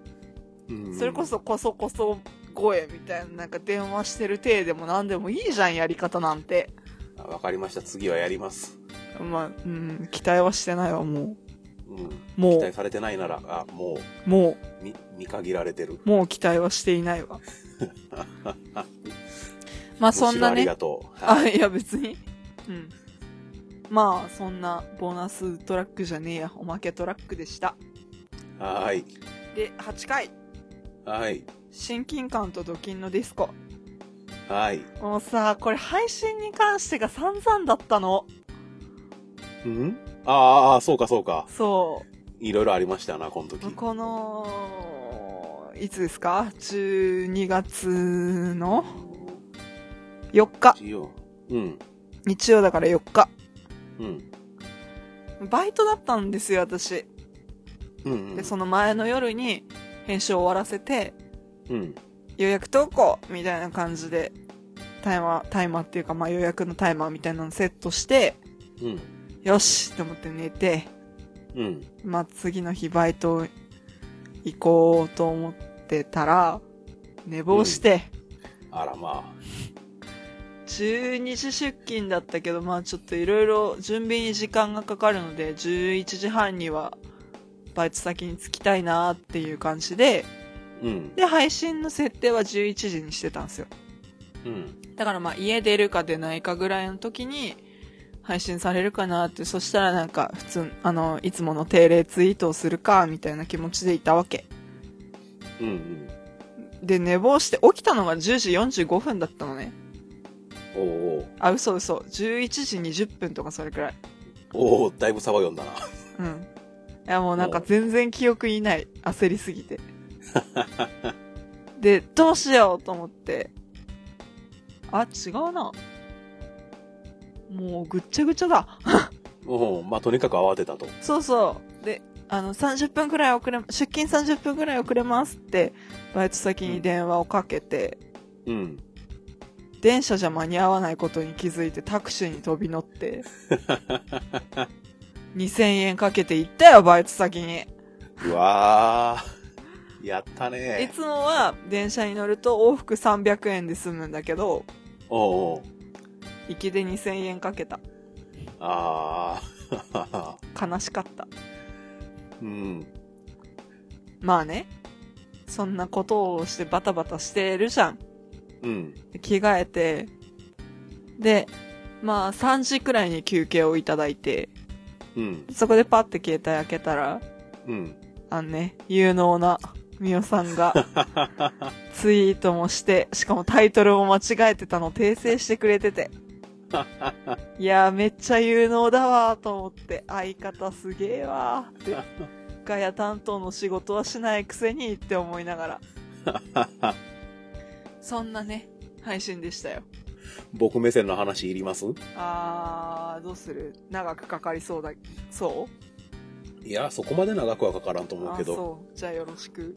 うんそれこそこそこそ声みたいな、なんか電話してる体でも何でもいいじゃん、やり方なんて。あわかりました次はやりますまあ、うん、期待はしてないわ、もうんう。も期う待、されてないならあももうみ見限られてるう、もう期待はしてい ないわ。まあそんなむしろありねが。とうあ、いや別に。うん。まあそんなボーナストラックじゃねえや、おまけトラックでした。はーいで、8回、はい親近感とドキンのディスコ。はいもうさ、これ配信に関してが散々だったの。うんあーあーそうかそうかそいろいろありましたなこの時う。この、いつですか ?12 月の4日。一応うん日曜だから4日。うんバイトだったんですよ、私。うんうんで、その前の夜に編集を終わらせて、うん予約投稿みたいな感じで、タイマー、タイマーっていうか、まあ予約のタイマーみたいなのセットして、うんよしと思って寝て、うんまあ次の日バイト行こうと思ってたら、寝坊して、あらまあ12時出勤だったけど、まあちょっといろいろ準備に時間がかかるので、11時半にはバイト先に着きたいなっていう感じで、うん。で、配信の設定は11時にしてたんですよ。うん。だからまあ家出るか出ないかぐらいの時に配信されるかなって、そしたらなんか普通、あの、いつもの定例ツイートをするか、みたいな気持ちでいたわけ。うん。で、寝坊して起きたのが10時45分だったのね。おおあ、嘘嘘。11時20分とかそれくらい。 おおだいぶ騒ぎんだな。ううん。いやもうなんか全然記憶にない。焦りすぎて。で、どうしようと思って。あ、違うな。もうぐっちゃぐちゃだ。うん。まあ、とにかく慌てたと。そうそう。で、あの、30分くらい遅れ、出勤30分くらい遅れますって、バイト先に電話をかけて、うん。電車じゃ間に合わないことに気づいてタクシーに飛び乗って、2000円かけて行ったよ、バイト先に。うわー。 やったいね。つもは電車に乗ると往復300円で済むんだけど、おうおう。行きで2000円かけた。あー。 悲しかった。うん。まあね。そんなことをしてバタバタしてるじゃん。うん。着替えて、で、まあ3時くらいに休憩をいただいて、うん。そこでパッて携帯開けたら、うん。あのね、有能なみおさん がツイートもして、しかもタイトルを間違えてたのを訂正してくれて て。いやーめっちゃ有能だわーと思って、相方すげえわーって、ガヤ担当の仕事はしないくせにって思いながら、 そんなね、配信でしたよ。僕目線の話いりますあー、どうする長くかかりそうだ、そういや、そこまで長くはかからんと思うあけーど、そう。じゃあよろしく。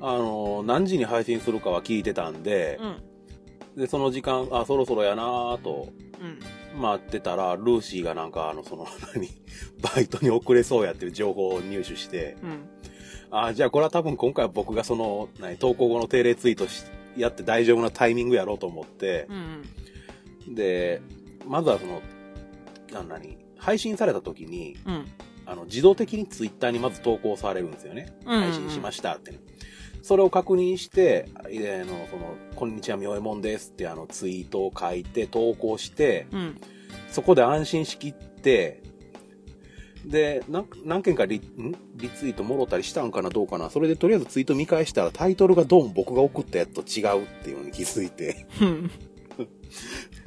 あの、何時に配信するかは聞いてたんでう、ん。で、その時間、あ、そろそろやなーとうん。待ってたら、ルーシーがなんか、あの、そ の、何、バイトに遅れそうやっていう情報を入手して、うん。あ、じゃあこれは多分今回は僕がその、何、投稿後の定例ツイートし、やって大丈夫なタイミングやろうと思ってう、ん。で、まずはその、あの何、配信された時に、うん。あの、自動的にツイッターにまず投稿されるんですよね。うん。配信しまししたってね。それを確認して、えーあの、その、こんにちは、みおえもんですってあのツイートを書いて、投稿して、た。うん。そこで安心しきって、で、なん何件かリんリツイートもろたりしたんかな、どうかな。それでとりあえずツイート見返したらタイトルがどうも僕が送ったやつと違うっていうのに気づいて。 うん。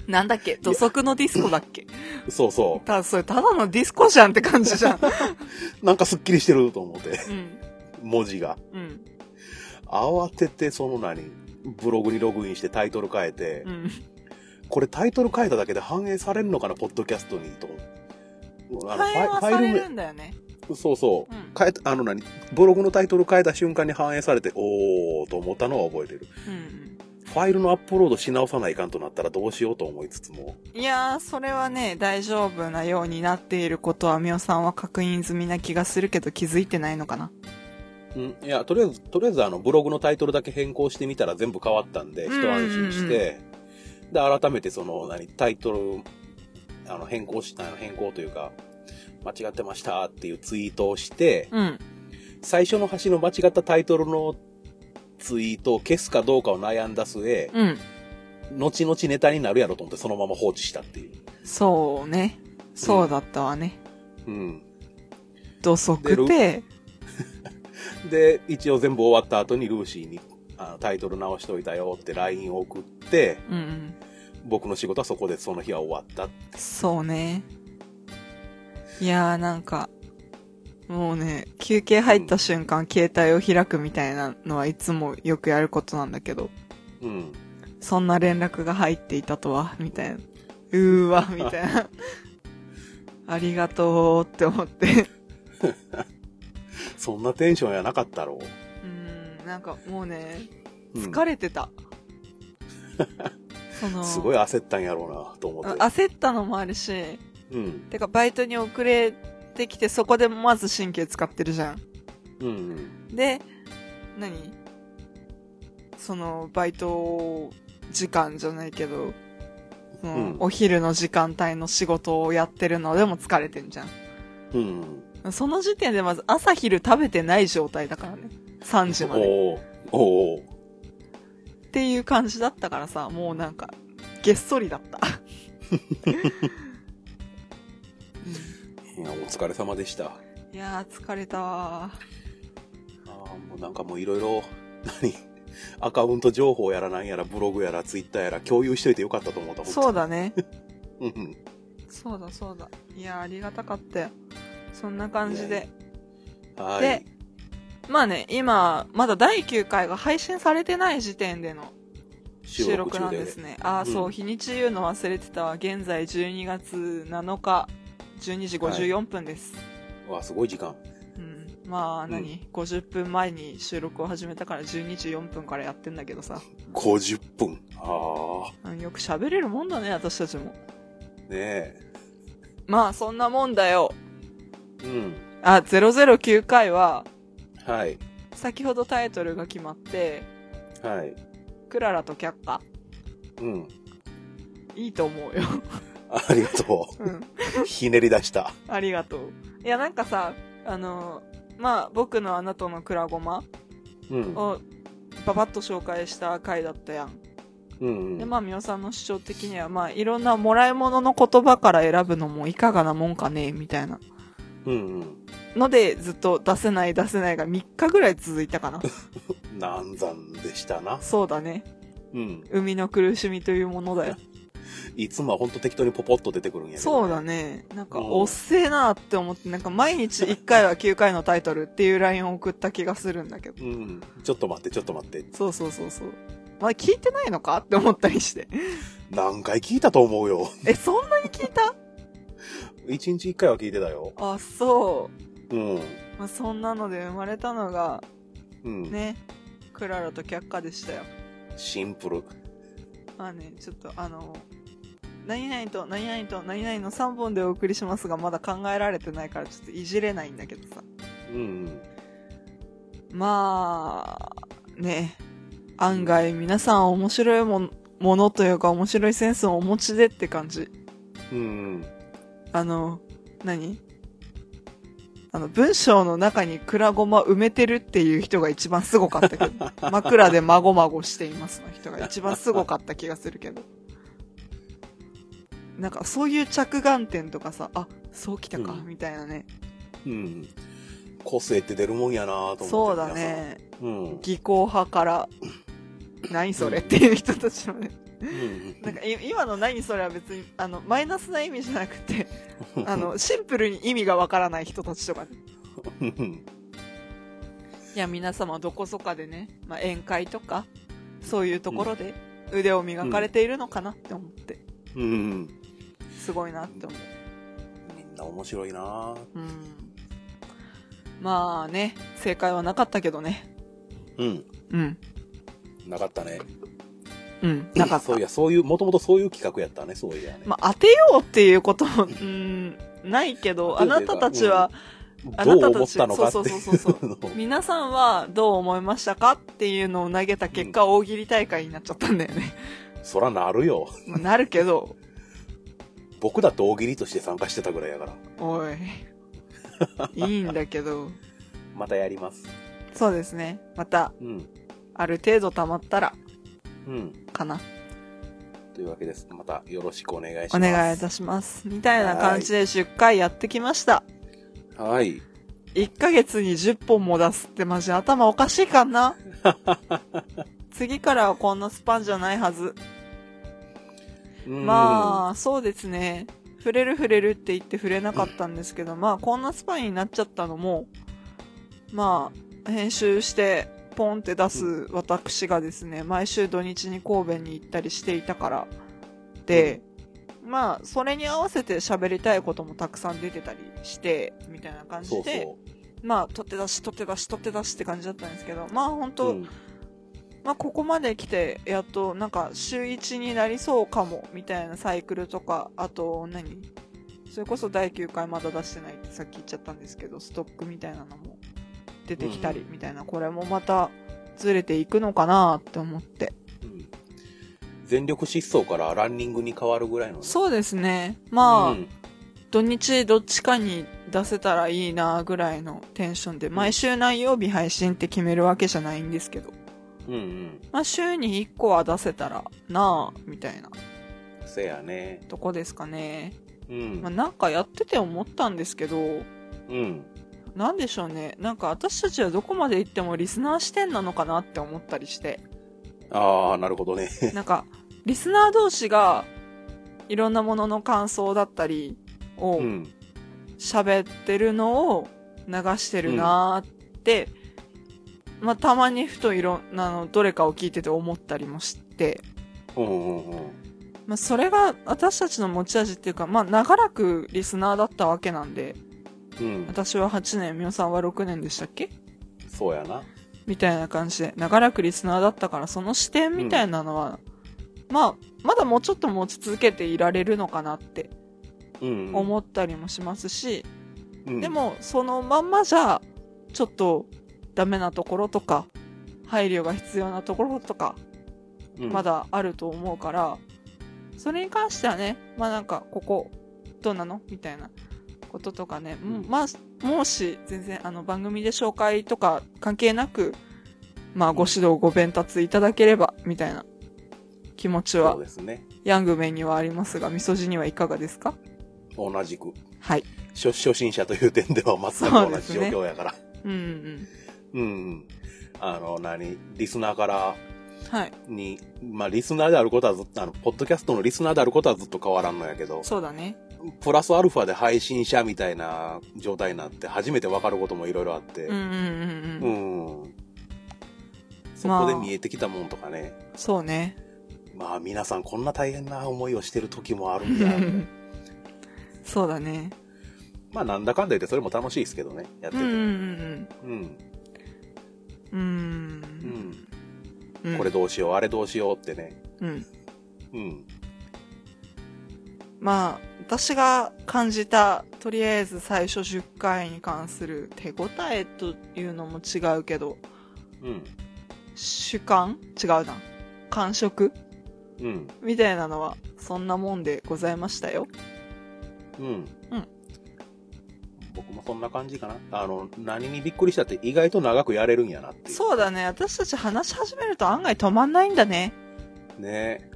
なんだっけ土足のディスコだっけそうそただ、それただのディスコじゃんって感じじゃん。う。なんかスッキリしてると思って、うん。文字が。うん。慌ててその何ブログにログインしてタイトル変えて、うん。これタイトル変えただけで反映されるのかな、ポッドキャストにと。あの反映はファイさファイれルるんだよね。名そうそう。うん変えた、あの何、ブログのタイトル変えた瞬間に反映されて、おーと思ったのは覚えてる。うん。ファイルのアップロードし直さないかんとなったらどうしようと思いつつも。いやー、それはね、大丈夫なようになっていることは、みおさんは確認済みな気がするけど気づいてないのかな。うん、いや、とりあえず、とりあえずあの、ブログのタイトルだけ変更してみたら全部変わったんで、うん一うんうん安心して、で、改めてその、何、タイトル、あの、変更した、あの変更というか、間違ってましたっていうツイートをして、うん。最初の端の間違ったタイトルのツイートを消すかどうかを悩んだ末、うん。後々ネタになるやろと思ってそのまま放置したっていう。そうね。そうだったわね。うん。土足で、で、一応全部終わった後にルーシーにあのタイトル直しといたよって LINE を送って、うんうん。僕の仕事はそこでその日は終わった。そうね。いやーなんか、もうね、休憩入った瞬間、携帯を開くみたいなのはいつもよくやることなんだけど、うん。そんな連絡が入っていたとは、みたいな。うー わ、みたいな。ありがとうって思って。そんなテンションやなかったろうん、なんかもうね、う。うん疲れてた。その、すごい焦ったんやろうなと思あって。焦ったのもあるし、うん。てかバイトに遅れてきてそこでまず神経使ってるじゃん。うんうん。で、何その、バイト時間じゃないけど、そのうんお昼の時間帯の仕事をやってるのでも疲れてんじゃうんうん。ん。その時点でまず朝昼食べてない状態だからね。3時まで。おーおーっていう感じだったからさ、もうなんか、げっそりだった。うんいや、お疲れ様でした。いやー疲れたわああ、もうなんかもういろいろ、何アカウント情報やらなんやら、ブログやら、ツイッターやら、共有しといてよかったと思った。ー。そうだ。だね。うんうん。そうだそうだ。いやーありがたかったよ。そんな感じで。はでい。まあね、今、まだ第9回が配信されてない時点での収録なんですね。ああ、うんそう、日にち言うの忘れてたわ。現在12月7日、12時54分です。わあ、すごい時間。うん、まあうん何、50分前に収録を始めたから12時4分からやってんだけどさ、 50分。あうん、よく喋れるもんだね私たちもあ、ねえ。まあそんなもんだようん。あ009回ははい。先ほどタイトルが決まってはい。 「クララと却下うん。」いいと思うよ、ありがとうん、 う。ひねり出した。ありがとういやなんかさあのまあ僕のあなたのクラゴマうん。をババッと紹介した回だったやんうん、うでん。まあ美桜さんの主張的にはまあいろんなもらい物の言葉から選ぶのもいかがなもんかねみたいなうんうん。のでずっと出せない出せないが3日ぐらい続いたかな難産でしたな。そうだねうん。海の苦しみというものだよいつもはほんと適当にポポッと出てくるんやけど、そうだ。ねなんかうんおっせえなって思ってなんか毎日1回は9回のタイトルっていうラインを送った気がするんだけどうん。ちょっと待って、ちょっと待って。そうそうそうそうまあ聞いてないのかって思ったりして 何回聞いたと思うよ。えそんなに聞いた一日一回は聞いてたよ。 あそうん。う、まあ、そんなので生まれたのがうん。ねクララと却下でしたよシンプル。まあね、ちょっとあの、何々と何々と何々の3本でお送りしますが、まだ考えられてないからちょっといじれないんだけどさ。うん。まあ、ね、案外皆さん面白いもんものというか面白いセンスをお持ちでって感じ。うん。あの、何あの、文章の中にクラゴマ埋めてるっていう人が一番すごかったけど、 枕でまごまごしていますの人が一番すごかった気がするけど。なんかそういう着眼点とかさ、あ、そうきたか、うんみたいなね。うん。個性って出るもんやなと思って。そうだ。ね。うん。技巧派 から、何それっていう人たちのね。うんなんかい今の何それは別に、あの、マイナスな意味じゃなく て、あの、シンプルに意味がわからない人たちとかね。うん。いや、皆様どこそかでね、まあ、宴会とか、そういうところで腕を磨かれているのかなって思って、うん。すごいなって思う。みんな面白いなうん。まあね、正解はなかったけどね。うん。うん。なかったね。うん。なかっそういた。や、そういう、もともとそういう企画やったね、そういやね。まあ、当てようっていうことも、うん、ないけど、あなたたちは、あなどうた思たっち、たのかってそういそうそうそううのを。皆さんはどう思いましたかっていうのを投げた結果、大喜利大会になっちゃったんだよね。 そらなるよ。まあなるけど、僕だって大喜利として参加してたぐらいやから。おい。いいんだけど。またやります。そうですね。また、うん。ある程度溜まったら、うん。かな。というわけです。またよろしくお願いします。お願いいたします。みたいな感じで10回やってきました。はい。 1ヶ月に10本も出すってマジ頭おかしいか な次からはこんなスパンじゃないはず。まあ、そうですね。触れる触れるって言って触れなかったんですけど、まあ、こんなスパイになっちゃったのも、まあ、編集して、ポンって出す私がですね、毎週土日に神戸に行ったりしていたから、で、まあ、それに合わせて喋りたいこともたくさん出てたりして、みたいなあ感そじうで、そまあ、取って出し、取って出し、取って出しって感じだったんですけど、まあ、本う。当、うんまあ、ここまで来てやっとなんか週1になりそうかもみたいなサイクルとかあと何それこそ第9回まだ出してないってさっき言っちゃったんですけどストックみたいなのも出てきたりみたいな、これもまたずれていくのかなって思ってうん全力疾走からランニングに変わるぐらいのね。そうですねまあ、うん土日どっちかに出せたらいいなぐらいのテンションで毎週何曜日配信って決めるわけじゃないんですけどうんうん。まあ週に1個は出せたらなあみたいなせやね。とこですかねうまあ、ん。なんかやってて思ったんですけど、うん。なんでしょうね。なんか私たちはどこまで行ってもリスナー視点なのかなって思ったりして。ああ、なるほどね。なんか、リスナー同士が、いろんなものの感想だったりをうん。喋ってるのを流してるなーって、まあたまにふといろんなのどれかを聞いてて思ったりもして、うんうんうん。まあ、それが私たちの持ち味っていうか、まあ、長らくリスナーだったわけなんでうん。私は8年みおさんは6年でしたっけそうやな。みたいな感じで長らくリスナーだったからその視点みたいなのは、まあまだもうちょっと持ち続けていられるのかなってうん。思ったりもしますし、うんで、もそのまんまじゃちょっとダメなところとか配慮が必要なところとかうんま。だあると思うから、それに関してはね、まあなんか、ここ、どうなのみたいなこととかね、うんまあ、もし、全然、あの、番組で紹介とか関係なく、まあ、ご指導、ご鞭達いただければ、みたいな気持ちはそう、ですね。ヤングメンにはありますが、みそじにはいかがですか同じく。はい。初初心者という点では全そうくで同すじね状況やから。うんうん。 うんうん。あの、何リスナーからはい。に、まあ、リスナーであることはずっと、あの、ポッドキャストのリスナーであることはずっと変わらんのやけど、そうだね。プラスアルファで配信者みたいな状態になって、初めて分かることもいろいろあって、うんうんうんううん。ん。そこで見えてきたもんとかね、そうね。まあ、皆さんこんな大変な思いをしてる時もあるんだ。 そうだね。まあ、なんだかんだ言ってそれも楽しいですけどね、うやってんて。うんうん。うん。うんうん。うん。これどうしよう、あれどうしようってね。うん。うん。まあ、私が感じた、とりあえず最初10回に関する手応えというのも違うけど、うん。主観違うな。感触うん。みたいなのは、そんなもんでございましたよ。うん。うん僕もそんな感じかな。あの、何にびっくりしたって意外と長くやれるんやなっていう。そうだね。私たち話し始めると案外止まんないんだね。ね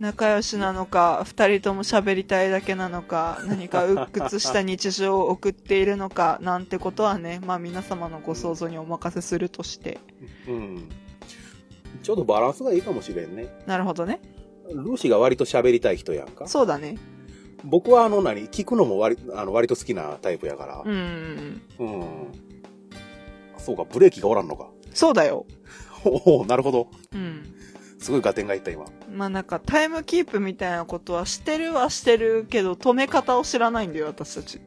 仲良しなのか、二人とも喋りたいだけなのか、何か鬱屈した日常を送っているのか、なんてことはね、まあ皆様のご想像にお任せするとして。うん。ちょうどバランスがいいかもしれんね。なるほどね。ルーシーが割と喋りたい人やんか。そうだね。僕はあの何、聞くのも割あの割と好きなタイプやからう。んうんうん。うん。そうか、ブレーキがおらんのか。 そうだよ。おおなるほど。うん。すごい合点がいった今。まあなんかタイムキープみたいなことはしてるはしてるけど、止め方を知らないんだよ、私たち。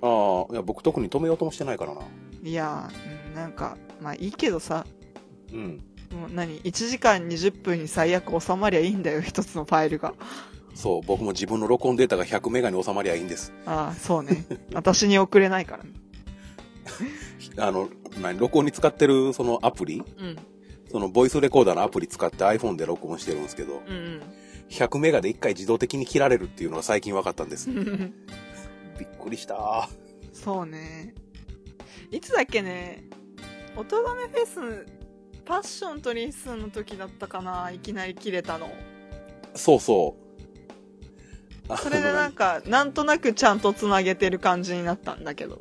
ああ、いや僕特に止めようともしてないからな。いやー、うんなんか、まあいいけどさ、うん。もう何 ?1 時間20分に最悪収まりゃいいんだよ、一つのファイルが。そう、僕も自分の録音データが100メガに収まりゃいいんです。ああ、そう ね。私に送れないからね。あの、何、録音に使ってるそのアプリ、うん。そのボイスレコーダーのアプリ使って iPhone で録音してるんですけど、うん100メガで1回自動的に切られるっていうのが最近分かったんですう。ん。びっくりした。そうね。いつだっけね、おとがめフェス、パッションとリッスンの時だったかな、いきなり切れたの。そうそう。それでなんか、か。なんとなくちゃんとつなげてる感じになったんだけど。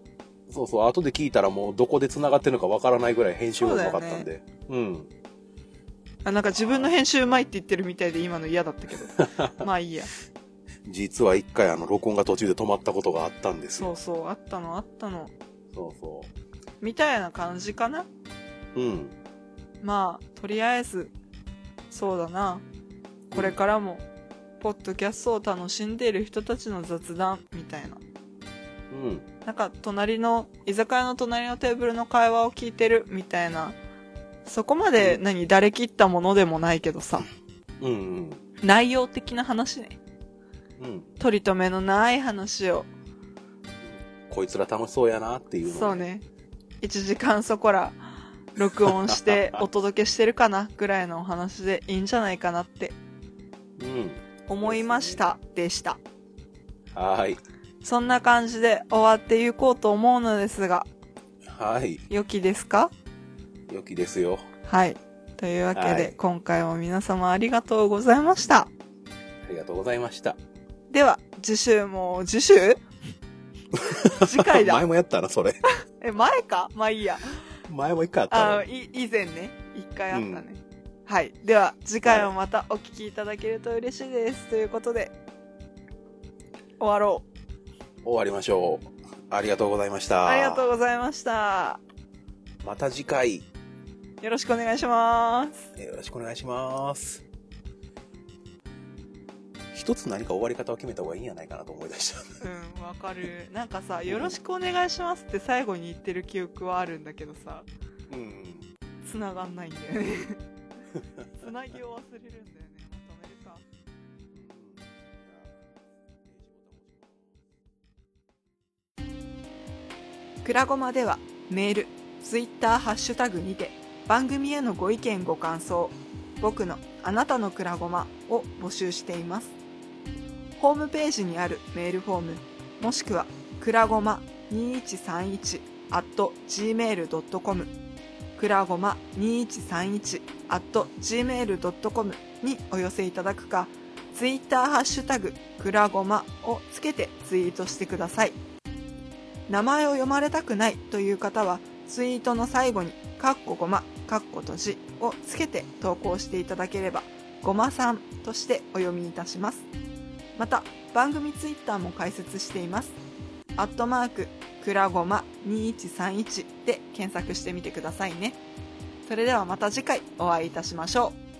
そうそう、後で聞いたらもうどこで繋がってるのか分からないぐらい編集がうまかったんで。うん。あなんか自分の編集うまいって言ってるみたいで今の嫌だったけ ど。まあいいや。実は一回あの、録音が途中で止まったことがあったんですそよ。うそう、あったのあったの。そうそみたいな感じかな。う。うん。まあ、とりあえず、そうだな。これからも、ポッドキャストを楽しんでいる人たちの雑談みたいな。うん。なんか、隣の、居酒屋の隣のテーブルの会話を聞いてるみたいな。そこまで、うん何、誰切ったものでもないけどさ。うんうん。内容的な話ね。うん。取り留めのない話を、こいつら楽しそうやなっていうのをそう。ね1時間そこら録音して お届けしてるかなぐらいのお話でいいんじゃないかなってうん。思いましたでしたはーい。そんな感じで終わっていこうと思うのですがはい。良きですか良きですよ。はいというわけで、はい今回も皆様ありがとうございましたありがとうございました。では次週も次 週次回だ前もやったな、それ。 え前かまあいいや前も一回あったあな。い以前ね一回あったね、はいでは次回もまたお聞きいただけると嬉しいです、ということで終わろう終わりましょう。ありがとうございました。ありがとうございました。また次回、よろしくお願いします。よろしくお願いします。一つ何か終わり方を決めた方がいいんじゃないかなと思い 出した。うん、わかる。なんかさ、よろしくお願いしますって最後に言ってる記憶はあるんだけどさ、うん。繋がんないんだよ ね。繋ぎを忘れるんだよね。まとめるか。くらごまではメール、ツイッターハッシュタグにて番組へのご意見ご感想、僕のあなたのくらごまを募集しています。ホームページにあるメールフォーム、もしくはくらごま2131 at gmail.com くらごま2131 at gmail.com にお寄せいただくか、ツイッターハッシュタグくらごまをつけてツイートしてください。名前を読まれたくないという方はツイートの最後に「かっこごま」「かっことじ」をつけて投稿していただければごまさんとしてお読みいたしますまた番組ツイッターも開設していますアットマークくらごま2131で検索してみてくださいねそれではまた次回お会いいたしましょう